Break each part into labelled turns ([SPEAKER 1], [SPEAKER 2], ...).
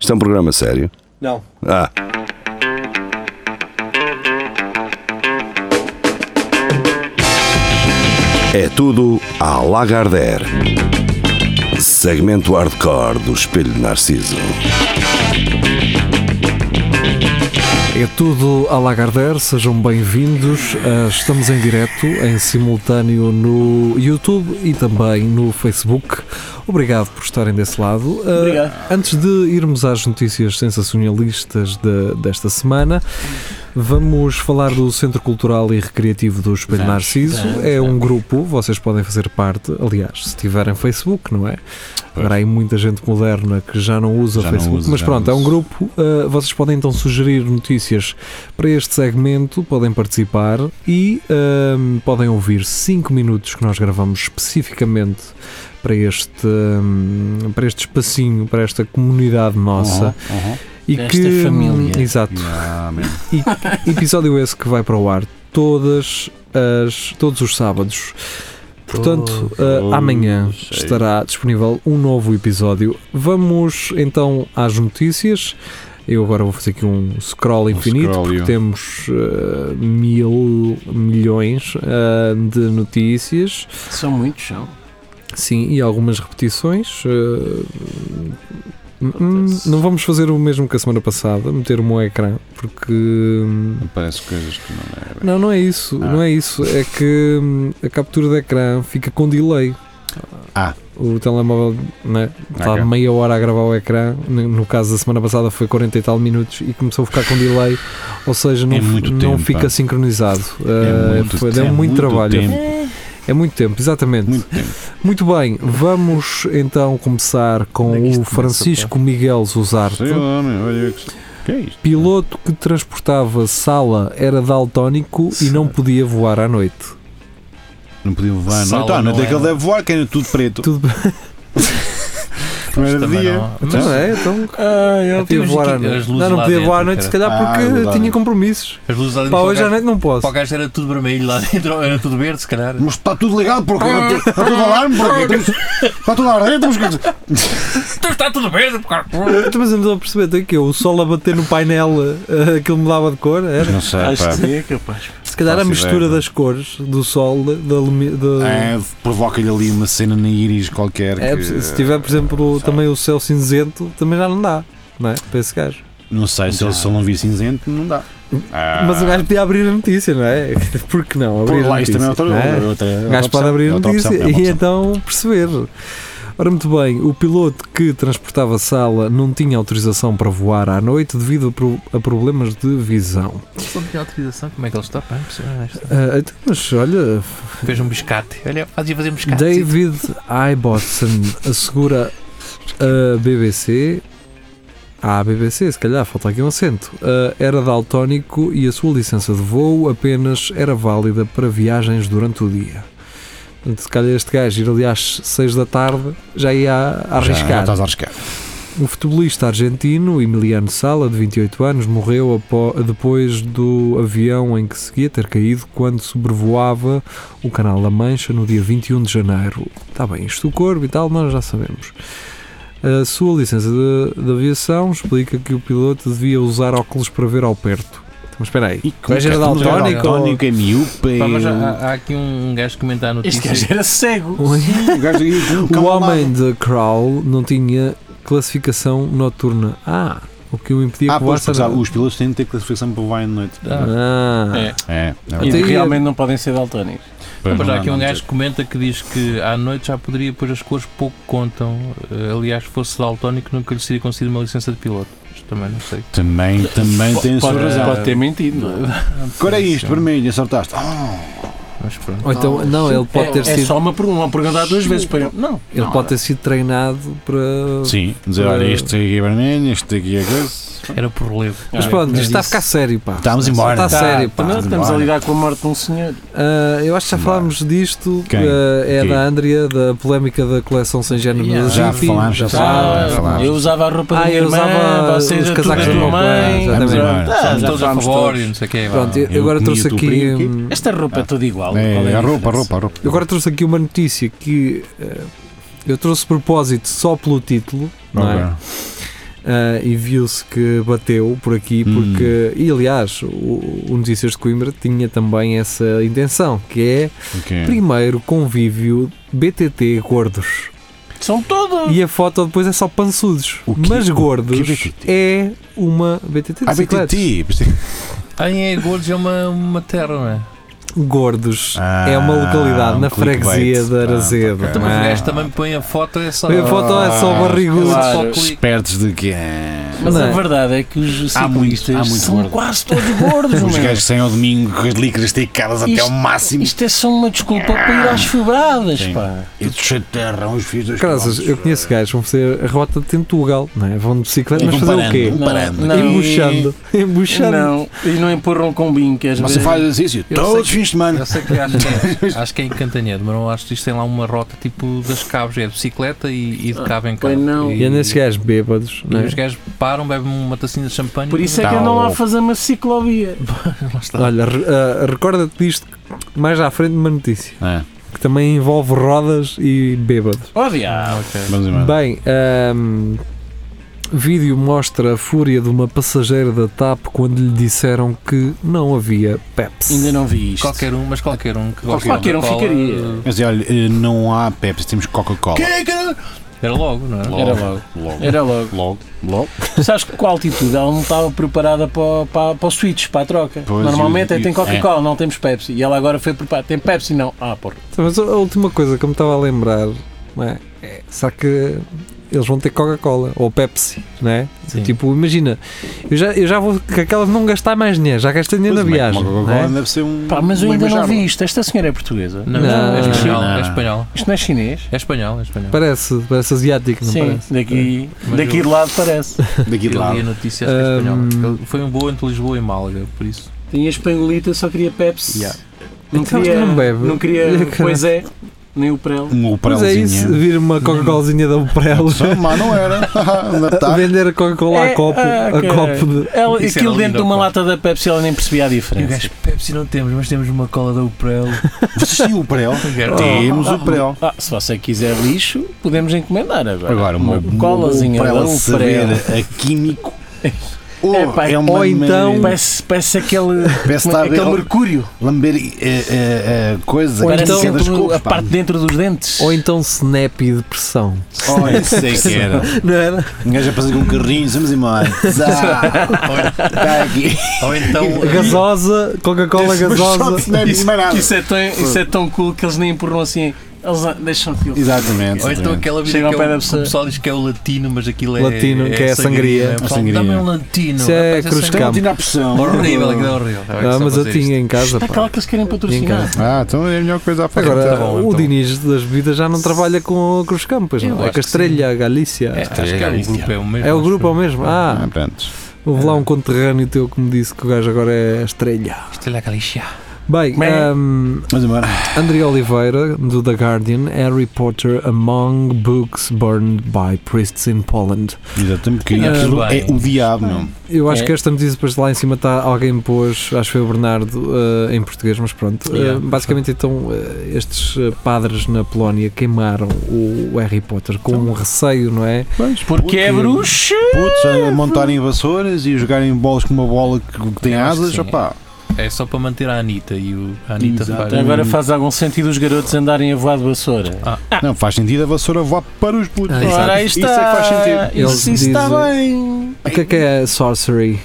[SPEAKER 1] Isto é um programa sério.
[SPEAKER 2] Não.
[SPEAKER 1] Ah, é tudo à Lagardère. Segmento hardcore do Espelho de Narciso.
[SPEAKER 3] É tudo a Lagardère, sejam bem-vindos. Ah, Estamos em direto, em simultâneo no YouTube e também no Facebook. Obrigado por estarem desse lado. Ah,
[SPEAKER 2] Obrigado.
[SPEAKER 3] Antes de irmos às notícias sensacionalistas de- desta semana, vamos falar do Centro Cultural e Recreativo do Espelho
[SPEAKER 2] Vamos,
[SPEAKER 3] Narciso.
[SPEAKER 2] vamos,
[SPEAKER 3] É um grupo, vocês podem fazer parte, aliás, se tiverem Facebook, não é? Agora há aí muita gente moderna que já não usa
[SPEAKER 4] Já não
[SPEAKER 3] Facebook,
[SPEAKER 4] usa,
[SPEAKER 3] mas
[SPEAKER 4] já
[SPEAKER 3] pronto,
[SPEAKER 4] não
[SPEAKER 3] é um
[SPEAKER 4] usa.
[SPEAKER 3] grupo. ah, vocês podem então sugerir notícias para este segmento, podem participar e ahm, podem ouvir 5 minutos que nós gravamos especificamente para este, ahm, para este espacinho, para esta comunidade nossa.
[SPEAKER 4] Uhum, uhum.
[SPEAKER 3] E
[SPEAKER 2] Para
[SPEAKER 3] que,
[SPEAKER 2] esta família.
[SPEAKER 3] Exato.
[SPEAKER 4] Yeah, man.
[SPEAKER 3] Episódio esse que vai para o ar todas as, todos os sábados. Portanto,
[SPEAKER 4] Todos.
[SPEAKER 3] eh, amanhã
[SPEAKER 4] Sei.
[SPEAKER 3] estará disponível um novo episódio. Vamos então às notícias. Eu agora vou fazer aqui um scroll infinito
[SPEAKER 4] scroll,
[SPEAKER 3] porque
[SPEAKER 4] eu.
[SPEAKER 3] temos eh, mil milhões eh, de notícias.
[SPEAKER 2] São muitos, são.
[SPEAKER 3] Sim, e algumas repetições. eh, hum,
[SPEAKER 2] Acontece.
[SPEAKER 3] não vamos fazer o mesmo que a semana passada, meter um ecrã, porque hum,
[SPEAKER 4] Parece coisas que não é. bem.
[SPEAKER 3] não, não é isso,
[SPEAKER 4] Ah.
[SPEAKER 3] não é isso. É que hum, a captura de ecrã fica com delay.
[SPEAKER 4] Ah.
[SPEAKER 3] O telemóvel né, está
[SPEAKER 4] Ok.
[SPEAKER 3] meia hora a gravar o ecrã. No no caso da semana passada foi 40 e tal minutos e começou a ficar com delay. Ou seja, não,
[SPEAKER 4] É muito
[SPEAKER 3] não
[SPEAKER 4] tempo,
[SPEAKER 3] fica
[SPEAKER 4] pá.
[SPEAKER 3] sincronizado. Ah,
[SPEAKER 4] É muito
[SPEAKER 3] foi-
[SPEAKER 4] tempo.
[SPEAKER 3] deu muito
[SPEAKER 4] É muito
[SPEAKER 3] trabalho.
[SPEAKER 4] tempo.
[SPEAKER 3] É muito tempo, exatamente.
[SPEAKER 4] Muito tempo.
[SPEAKER 3] Muito bem, vamos então começar
[SPEAKER 2] Onde é que
[SPEAKER 3] com
[SPEAKER 2] isto
[SPEAKER 3] o
[SPEAKER 2] começa,
[SPEAKER 3] Francisco Miguel Zuzarte.
[SPEAKER 4] Sei lá, meu, olha que. que é isto?
[SPEAKER 3] Piloto que transportava sala era daltónico e não podia voar à noite.
[SPEAKER 4] Não podia voar à
[SPEAKER 5] Sala
[SPEAKER 4] noite. Ah, não
[SPEAKER 5] não
[SPEAKER 4] é que
[SPEAKER 5] era.
[SPEAKER 4] ele deve voar, que é tudo preto.
[SPEAKER 3] Tudo bem.
[SPEAKER 4] Primeiro
[SPEAKER 5] Também
[SPEAKER 4] dia.
[SPEAKER 5] não-
[SPEAKER 4] Então,
[SPEAKER 3] Não é? Então.
[SPEAKER 2] Ah,
[SPEAKER 3] Eu
[SPEAKER 4] É
[SPEAKER 2] eu
[SPEAKER 3] podia
[SPEAKER 5] temos
[SPEAKER 3] voar à
[SPEAKER 5] aqui
[SPEAKER 3] noite.
[SPEAKER 5] as luzes
[SPEAKER 3] Não, não
[SPEAKER 5] lá
[SPEAKER 3] podia
[SPEAKER 5] dentro,
[SPEAKER 3] voar à noite, se
[SPEAKER 5] cara.
[SPEAKER 3] calhar,
[SPEAKER 4] Ah,
[SPEAKER 3] porque
[SPEAKER 4] luzes lá
[SPEAKER 3] tinha
[SPEAKER 4] dentro.
[SPEAKER 3] compromissos.
[SPEAKER 5] As luzes lá dentro.
[SPEAKER 3] Pá,
[SPEAKER 5] para o
[SPEAKER 3] hoje à
[SPEAKER 5] gajo-
[SPEAKER 3] noite não posso.
[SPEAKER 5] Para o gajo era tudo vermelho lá dentro, era tudo verde, se calhar.
[SPEAKER 4] Mas está tudo ligado, porque está tudo alarme, porque temos- está tudo alarme, temos que.
[SPEAKER 5] Então está tudo verde, cara.
[SPEAKER 3] Então, Mas eu não estou a perceber, tem que o sol a bater no painel, eh, aquilo mudava de cor. Era.
[SPEAKER 4] Não sei,
[SPEAKER 2] Acho que sim, é capaz.
[SPEAKER 3] Se calhar a
[SPEAKER 4] faço
[SPEAKER 3] mistura
[SPEAKER 4] ideia, não.
[SPEAKER 3] das cores, do sol, da. lumi- da-
[SPEAKER 4] É, provoca-lhe ali uma cena na íris qualquer.
[SPEAKER 3] É,
[SPEAKER 4] que-
[SPEAKER 3] se tiver, por exemplo, também o céu cinzento, também já não dá. Não é? Para esse gajo.
[SPEAKER 4] Não sei, se ele só não vir cinzento, não dá. Ah,
[SPEAKER 3] Mas o gajo podia abrir a notícia, não é? Por que não?
[SPEAKER 4] Por
[SPEAKER 3] Abrir
[SPEAKER 4] lá,
[SPEAKER 3] a
[SPEAKER 4] isto também é outra,
[SPEAKER 3] notícia, não é?
[SPEAKER 4] outra, outra
[SPEAKER 3] O gajo
[SPEAKER 4] opção,
[SPEAKER 3] pode abrir a
[SPEAKER 4] outra
[SPEAKER 3] notícia
[SPEAKER 4] opção, é uma
[SPEAKER 3] e
[SPEAKER 4] opção.
[SPEAKER 3] então perceber. Ora, muito bem, o piloto que transportava a sala não tinha autorização para voar à noite devido a, pro- a problemas de visão.
[SPEAKER 5] Só de autorização, como é que ele está? Pá, impressionante.
[SPEAKER 3] Ah, então, mas olha,
[SPEAKER 5] Fez um biscate. Olha, fazia fazer um biscate.
[SPEAKER 3] David Ibotson assegura a BBC. Ah, a BBC, se calhar, falta aqui um acento. Ah, era daltónico e a sua licença de voo apenas era válida para viagens durante o dia. Portanto, se calhar este gajo ir ali às 6 da tarde já ia a- a
[SPEAKER 4] Já- já
[SPEAKER 3] arriscar.
[SPEAKER 4] estás a arriscar.
[SPEAKER 3] O Um futebolista argentino Emiliano Sala, de 28 anos, morreu apó- depois do avião em que seguia ter caído quando sobrevoava o Canal da Mancha no dia 21 de janeiro. Está bem, isto do corpo e tal, nós já sabemos. A sua licença de, de aviação explica que o piloto devia usar óculos para ver ao perto. Então, mas espera aí.
[SPEAKER 4] E
[SPEAKER 3] Mas era
[SPEAKER 4] como que é?
[SPEAKER 3] daltónico?
[SPEAKER 4] Daltónico é miúpe.
[SPEAKER 5] Pá, mas há, há- há aqui um gajo que comenta a
[SPEAKER 2] Este
[SPEAKER 5] notícia.
[SPEAKER 2] gajo era cego.
[SPEAKER 4] O gajo aí com um
[SPEAKER 3] O
[SPEAKER 4] cão ao
[SPEAKER 3] homem
[SPEAKER 4] lado.
[SPEAKER 3] de Crowl não tinha classificação noturna. Ah, o que o impedia
[SPEAKER 4] Ah,
[SPEAKER 3] que
[SPEAKER 4] pois,
[SPEAKER 3] voasse
[SPEAKER 4] porque
[SPEAKER 3] era-
[SPEAKER 4] sabe, os pilotos têm de ter classificação para voar à noite.
[SPEAKER 5] Ah,
[SPEAKER 3] Ah.
[SPEAKER 2] É.
[SPEAKER 4] É, é
[SPEAKER 2] E
[SPEAKER 3] Até
[SPEAKER 4] verdade.
[SPEAKER 3] ia-
[SPEAKER 2] realmente não podem ser daltónicos.
[SPEAKER 4] Pois,
[SPEAKER 5] mas
[SPEAKER 4] não
[SPEAKER 5] há
[SPEAKER 4] dá,
[SPEAKER 5] aqui
[SPEAKER 4] não
[SPEAKER 5] um
[SPEAKER 4] dá.
[SPEAKER 5] gajo que comenta que diz que à noite já poderia, pois as cores pouco contam. Eh, Aliás, fosse daltónico, nunca lhe seria concedido uma licença de piloto. Isto também não sei.
[SPEAKER 4] Também, também tem a sua
[SPEAKER 2] Pode,
[SPEAKER 4] razão.
[SPEAKER 2] pode ter mentido. não é?
[SPEAKER 4] Cor é isto, vermelho, acertaste. Ah.
[SPEAKER 5] Mas pronto.
[SPEAKER 3] Ou então, não, ele pode ter
[SPEAKER 2] é, é
[SPEAKER 3] sido.
[SPEAKER 2] só uma pergunta, uma pergunta duas vezes para ele. Não,
[SPEAKER 3] Ele
[SPEAKER 2] não, é.
[SPEAKER 3] pode ter sido treinado para.
[SPEAKER 4] Sim, dizer, olha, este aqui é vermelho, este aqui é coisa.
[SPEAKER 5] Era por relevo.
[SPEAKER 3] Mas
[SPEAKER 2] Ah,
[SPEAKER 3] pronto,
[SPEAKER 2] mas
[SPEAKER 3] isto está a
[SPEAKER 2] isso-
[SPEAKER 3] ficar sério, pá.
[SPEAKER 4] Estamos embora.
[SPEAKER 2] Tá,
[SPEAKER 3] Está sério, pá.
[SPEAKER 2] Não, estamos a
[SPEAKER 4] Bora.
[SPEAKER 2] lidar com a morte de um senhor.
[SPEAKER 3] Ah, eu acho que já falámos disto.
[SPEAKER 4] Quem?
[SPEAKER 3] ah, é
[SPEAKER 4] Quem?
[SPEAKER 3] da Andrea, da polémica da coleção sem género
[SPEAKER 5] Yeah.
[SPEAKER 3] da
[SPEAKER 4] Já
[SPEAKER 3] Zippy.
[SPEAKER 4] falámos, já
[SPEAKER 2] Ah,
[SPEAKER 4] falámos. já falámos.
[SPEAKER 2] eu usava a roupa da
[SPEAKER 3] Ah,
[SPEAKER 2] minha
[SPEAKER 3] eu
[SPEAKER 2] irmã,
[SPEAKER 3] usava
[SPEAKER 2] vocês
[SPEAKER 3] os
[SPEAKER 2] a
[SPEAKER 3] casacos
[SPEAKER 2] tua
[SPEAKER 5] do meu
[SPEAKER 3] pai,
[SPEAKER 2] mãe.
[SPEAKER 3] exatamente.
[SPEAKER 2] Pronto,
[SPEAKER 4] Vamos
[SPEAKER 2] ah,
[SPEAKER 4] embora.
[SPEAKER 2] já
[SPEAKER 5] todos a
[SPEAKER 2] falámos
[SPEAKER 5] favor e
[SPEAKER 2] todos.
[SPEAKER 5] não sei o que
[SPEAKER 3] Pronto, eu,
[SPEAKER 4] Eu
[SPEAKER 3] agora
[SPEAKER 4] comia
[SPEAKER 3] trouxe
[SPEAKER 4] o teu
[SPEAKER 3] aqui.
[SPEAKER 4] primo aqui.
[SPEAKER 3] hum,
[SPEAKER 2] Esta roupa é toda igual. qual
[SPEAKER 4] É,
[SPEAKER 2] é
[SPEAKER 4] é a roupa, a
[SPEAKER 2] diferença?
[SPEAKER 4] roupa, a roupa.
[SPEAKER 3] eu agora trouxe aqui uma notícia eh, que. ah, eu trouxe de propósito só pelo título, não é?
[SPEAKER 4] Ok.
[SPEAKER 3] ah, e viu-se que bateu por aqui,
[SPEAKER 5] Hum.
[SPEAKER 3] porque, e aliás, o, o Notícias de Coimbra tinha também essa intenção, que é
[SPEAKER 6] Ok.
[SPEAKER 3] primeiro convívio BTT gordos.
[SPEAKER 2] São todos.
[SPEAKER 3] E a foto depois é só pançudos,
[SPEAKER 6] O quê?
[SPEAKER 3] mas
[SPEAKER 6] O quê
[SPEAKER 3] gordos
[SPEAKER 6] BTT?
[SPEAKER 3] é uma BTT de
[SPEAKER 6] Ah,
[SPEAKER 3] bicicletas.
[SPEAKER 6] BTT.
[SPEAKER 5] Ah, é Gordos é uma, uma terra, não é?
[SPEAKER 3] Gordos
[SPEAKER 6] Ah,
[SPEAKER 3] é uma localidade
[SPEAKER 6] um
[SPEAKER 3] na
[SPEAKER 6] clickbait.
[SPEAKER 3] freguesia de
[SPEAKER 6] Ah,
[SPEAKER 3] Arazedo.
[SPEAKER 6] ok.
[SPEAKER 5] Também
[SPEAKER 3] não é?
[SPEAKER 5] Então, o gajo também põe a foto, é só.
[SPEAKER 3] Põe a foto, é só
[SPEAKER 6] Ah,
[SPEAKER 3] barrigudo.
[SPEAKER 2] claro.
[SPEAKER 5] Só clique.
[SPEAKER 6] Espertos de que é.
[SPEAKER 2] Mas
[SPEAKER 3] Não
[SPEAKER 2] a
[SPEAKER 3] é?
[SPEAKER 2] verdade é que os
[SPEAKER 6] Há muito-
[SPEAKER 2] ciclistas
[SPEAKER 6] há muito
[SPEAKER 2] são
[SPEAKER 6] gordo.
[SPEAKER 2] quase todos gordos,
[SPEAKER 6] Os
[SPEAKER 2] meu.
[SPEAKER 6] gajos saem ao domingo com as líquidas esticadas até ao máximo.
[SPEAKER 2] é. Isto é só uma desculpa para ir às febradas,
[SPEAKER 6] Sim.
[SPEAKER 2] pá.
[SPEAKER 6] Eu cheio de terra, uns fios dois
[SPEAKER 3] Graças, eu conheço gajos, vão fazer a rota de Tentugal, não é? Vão de bicicleta,
[SPEAKER 6] E
[SPEAKER 3] mas
[SPEAKER 6] vão
[SPEAKER 3] fazer o
[SPEAKER 6] parando,
[SPEAKER 3] quê?
[SPEAKER 6] vão parando.
[SPEAKER 2] Não.
[SPEAKER 3] Embuchando. Embuchando.
[SPEAKER 2] Não, e não empurram com binquas.
[SPEAKER 6] Você faz exercício
[SPEAKER 5] Eu
[SPEAKER 6] todos
[SPEAKER 5] sei
[SPEAKER 6] os
[SPEAKER 5] que-
[SPEAKER 6] fins de semana.
[SPEAKER 5] Eu sei que acho que é, acho que é em Cantanhedo, mas não acho que isto tem lá uma rota tipo das cabos, é de bicicleta e, e de cabo em cabo.
[SPEAKER 2] pois não.
[SPEAKER 3] E andam esses gajos bêbados, não
[SPEAKER 5] e
[SPEAKER 3] é?
[SPEAKER 5] os gajos param, bebem uma tacinha de champanhe.
[SPEAKER 2] Por isso é
[SPEAKER 6] Tá
[SPEAKER 2] que andam lá a
[SPEAKER 6] louco.
[SPEAKER 2] fazer uma ciclovia.
[SPEAKER 5] Tá.
[SPEAKER 3] Olha, re- ah, recorda-te disto mais à frente de uma notícia,
[SPEAKER 6] É,
[SPEAKER 3] que também envolve rodas e bêbados.
[SPEAKER 2] Oh,
[SPEAKER 3] Ah,
[SPEAKER 5] Ah,
[SPEAKER 2] diabo.
[SPEAKER 6] vamos embora.
[SPEAKER 3] Bem, ahm, vídeo mostra a fúria de uma passageira da TAP quando lhe disseram que não havia Pepsi.
[SPEAKER 2] Ainda não vi isto.
[SPEAKER 5] Qualquer um, mas qualquer um que gosta
[SPEAKER 2] Qualquer um
[SPEAKER 5] de Coca-Cola,
[SPEAKER 2] ficaria.
[SPEAKER 5] eh,
[SPEAKER 6] Mas olha, eh, não há Pepsi, temos Coca-Cola.
[SPEAKER 5] Era logo, não é?
[SPEAKER 6] Logo.
[SPEAKER 2] Era logo.
[SPEAKER 6] Logo.
[SPEAKER 2] Era logo.
[SPEAKER 6] Logo. Logo.
[SPEAKER 2] Sabes que com a altitude ela não estava preparada para, o- para, para os switch, para a troca.
[SPEAKER 6] Pois,
[SPEAKER 2] Normalmente
[SPEAKER 6] e-
[SPEAKER 2] é, tem
[SPEAKER 6] e-
[SPEAKER 2] Coca-Cola, não temos Pepsi. E ela agora foi preparada. Tem Pepsi? Não. Ah, porra.
[SPEAKER 3] Então, Mas a última coisa que eu me estava a lembrar, não é? É, será que eles vão ter Coca-Cola ou Pepsi, não é?
[SPEAKER 5] Sim.
[SPEAKER 3] Tipo, imagina, eu já, eu já vou com aquela de não gastar mais dinheiro, já gastei dinheiro
[SPEAKER 6] Pois
[SPEAKER 3] na
[SPEAKER 6] bem,
[SPEAKER 3] viagem.
[SPEAKER 6] Uma
[SPEAKER 3] não
[SPEAKER 6] Coca-Cola
[SPEAKER 3] é?
[SPEAKER 6] deve ser um.
[SPEAKER 2] Pá, mas eu
[SPEAKER 6] uma
[SPEAKER 2] ainda não
[SPEAKER 6] embaixada.
[SPEAKER 2] vi isto. Esta senhora é portuguesa.
[SPEAKER 5] Não,
[SPEAKER 3] Não.
[SPEAKER 5] É espanhol,
[SPEAKER 6] Não.
[SPEAKER 5] é espanhol.
[SPEAKER 2] Isto não é chinês?
[SPEAKER 5] É espanhol, é espanhol.
[SPEAKER 3] Parece, parece asiático, não
[SPEAKER 2] Sim,
[SPEAKER 3] parece?
[SPEAKER 2] daqui,
[SPEAKER 5] Mas
[SPEAKER 2] daqui
[SPEAKER 5] eu-
[SPEAKER 2] de lado parece.
[SPEAKER 6] Daqui de
[SPEAKER 5] Eu
[SPEAKER 6] lado.
[SPEAKER 5] li a notícia, acho que é
[SPEAKER 3] Hum.
[SPEAKER 5] espanhol. Ele Foi um bom entre Lisboa e Málaga, por isso.
[SPEAKER 2] Tinha espangolita, só queria Pepsi.
[SPEAKER 5] Yeah.
[SPEAKER 2] Não
[SPEAKER 3] Então,
[SPEAKER 2] queria,
[SPEAKER 3] não
[SPEAKER 2] não,
[SPEAKER 3] bebe.
[SPEAKER 2] queria,
[SPEAKER 3] Caralho.
[SPEAKER 2] pois é, nem o prelo.
[SPEAKER 6] Um
[SPEAKER 3] Mas é isso,
[SPEAKER 6] operãozinho.
[SPEAKER 3] vir uma Coca-Colazinha da Umbrella,
[SPEAKER 6] Só, mas não era. Ainda tá.
[SPEAKER 3] vender a Coca-Cola
[SPEAKER 2] É,
[SPEAKER 3] a copo,
[SPEAKER 2] ah,
[SPEAKER 3] a
[SPEAKER 2] caralho.
[SPEAKER 3] copo de...
[SPEAKER 2] Ela,
[SPEAKER 6] é
[SPEAKER 5] Isso
[SPEAKER 2] aquilo
[SPEAKER 5] era
[SPEAKER 2] dentro de uma
[SPEAKER 5] lindo,
[SPEAKER 2] lata da Pepsi ela nem percebia a
[SPEAKER 3] É,
[SPEAKER 5] E o
[SPEAKER 2] diferença.
[SPEAKER 5] gajo, Pepsi não temos, mas temos uma cola da Uprel.
[SPEAKER 6] Vocês tinham o prel? Temos o prel.
[SPEAKER 2] Ah, se você quiser lixo, podemos encomendar agora.
[SPEAKER 6] Agora, uma, uma
[SPEAKER 2] colazinha
[SPEAKER 6] para ela
[SPEAKER 2] da
[SPEAKER 6] saber
[SPEAKER 2] Uprel.
[SPEAKER 6] a químico. Ou
[SPEAKER 2] É pá,
[SPEAKER 6] é uma
[SPEAKER 3] ou então-
[SPEAKER 6] maneira-
[SPEAKER 2] Parece, parece aquele,
[SPEAKER 6] Parece
[SPEAKER 2] como é-
[SPEAKER 6] estar
[SPEAKER 2] aquele
[SPEAKER 6] a-
[SPEAKER 2] mercúrio.
[SPEAKER 6] lamber eh, eh, a coisa
[SPEAKER 3] Ou
[SPEAKER 6] que
[SPEAKER 2] Parece
[SPEAKER 3] então-
[SPEAKER 6] fica das
[SPEAKER 2] sempre o-
[SPEAKER 6] cores,
[SPEAKER 2] a
[SPEAKER 6] pá.
[SPEAKER 2] parte dentro dos dentes.
[SPEAKER 3] Ou então Snap e depressão.
[SPEAKER 6] Oh, eu sei que era.
[SPEAKER 3] Não era?
[SPEAKER 6] Um gajo a passar com um carrinho, vamos embora. Zá, Está aqui.
[SPEAKER 5] Ou então.
[SPEAKER 3] Gasosa, Coca-Cola gasosa.
[SPEAKER 6] Isso,
[SPEAKER 2] Isso é, tão, isso é tão cool que eles nem empurram assim. Eles ah, deixam aquilo.
[SPEAKER 6] Exatamente.
[SPEAKER 5] Ou então
[SPEAKER 6] exatamente.
[SPEAKER 5] aquela vida
[SPEAKER 2] Chega ao
[SPEAKER 5] que,
[SPEAKER 2] pé
[SPEAKER 5] é
[SPEAKER 2] da
[SPEAKER 5] o, que
[SPEAKER 2] pessoa.
[SPEAKER 5] o pessoal diz que é o latino, mas aquilo é.
[SPEAKER 3] Latino, que é a sangria.
[SPEAKER 5] né? O pessoal,
[SPEAKER 6] A sangria.
[SPEAKER 5] Dá-me um latino.
[SPEAKER 3] Isso é
[SPEAKER 5] rapaz,
[SPEAKER 3] cruz de
[SPEAKER 6] Então
[SPEAKER 3] campo.
[SPEAKER 6] tinha a pressão.
[SPEAKER 5] Horrível, aquilo é horrível.
[SPEAKER 3] Ah, mas eu tinha em casa.
[SPEAKER 2] Está
[SPEAKER 3] pá.
[SPEAKER 2] aquela que eles querem patrocinar.
[SPEAKER 6] Ah, então é a melhor coisa a fazer.
[SPEAKER 3] Agora,
[SPEAKER 5] Tá bom,
[SPEAKER 3] o
[SPEAKER 5] então.
[SPEAKER 3] Diniz das bebidas já não trabalha com a Cruz Campas,
[SPEAKER 5] Eu
[SPEAKER 3] não é?
[SPEAKER 5] acho
[SPEAKER 3] Com a
[SPEAKER 5] que
[SPEAKER 3] Estrela, a Galícia.
[SPEAKER 5] É, acho que é o grupo é o mesmo.
[SPEAKER 3] É o grupo ao mesmo.
[SPEAKER 6] Ah,
[SPEAKER 3] Ah,
[SPEAKER 6] pronto.
[SPEAKER 3] houve lá um conterrâneo teu que me disse que o gajo agora é a Estrela.
[SPEAKER 5] Estela Galícia.
[SPEAKER 3] Bem, hum,
[SPEAKER 2] Bem.
[SPEAKER 3] ahm,
[SPEAKER 6] Mas embora.
[SPEAKER 3] André Oliveira, do The Guardian, Harry Potter Among Books Burned by Priests in Poland.
[SPEAKER 6] Exatamente, porque
[SPEAKER 5] Ah,
[SPEAKER 6] aquilo
[SPEAKER 5] bem.
[SPEAKER 6] é o diabo, meu.
[SPEAKER 3] Eu acho
[SPEAKER 2] É.
[SPEAKER 3] que esta notícia depois lá em cima está alguém pôs, acho que foi o Bernardo, eh, em português, mas pronto. Eh,
[SPEAKER 5] Yeah.
[SPEAKER 3] basicamente então eh, estes eh, padres na Polónia queimaram o, o Harry Potter com um receio, não é?
[SPEAKER 2] Porque é bruxo.
[SPEAKER 6] Putos a montarem vassouras e jogarem bolas com uma bola que, que tem
[SPEAKER 5] Eu acho que
[SPEAKER 6] asas,
[SPEAKER 5] sim.
[SPEAKER 6] opá.
[SPEAKER 5] É só para manter a Anitta e o, a Anitta
[SPEAKER 6] Exato.
[SPEAKER 5] faz.
[SPEAKER 2] Então agora faz algum sentido os garotos andarem a voar de vassoura.
[SPEAKER 6] Não faz sentido a vassoura voar para os putos.
[SPEAKER 3] Ah,
[SPEAKER 6] Exato.
[SPEAKER 2] Ora, aí
[SPEAKER 6] Isso
[SPEAKER 2] está.
[SPEAKER 6] é que faz sentido.
[SPEAKER 3] Eles
[SPEAKER 2] Isso, isso está bem.
[SPEAKER 3] O que é que é sorcery?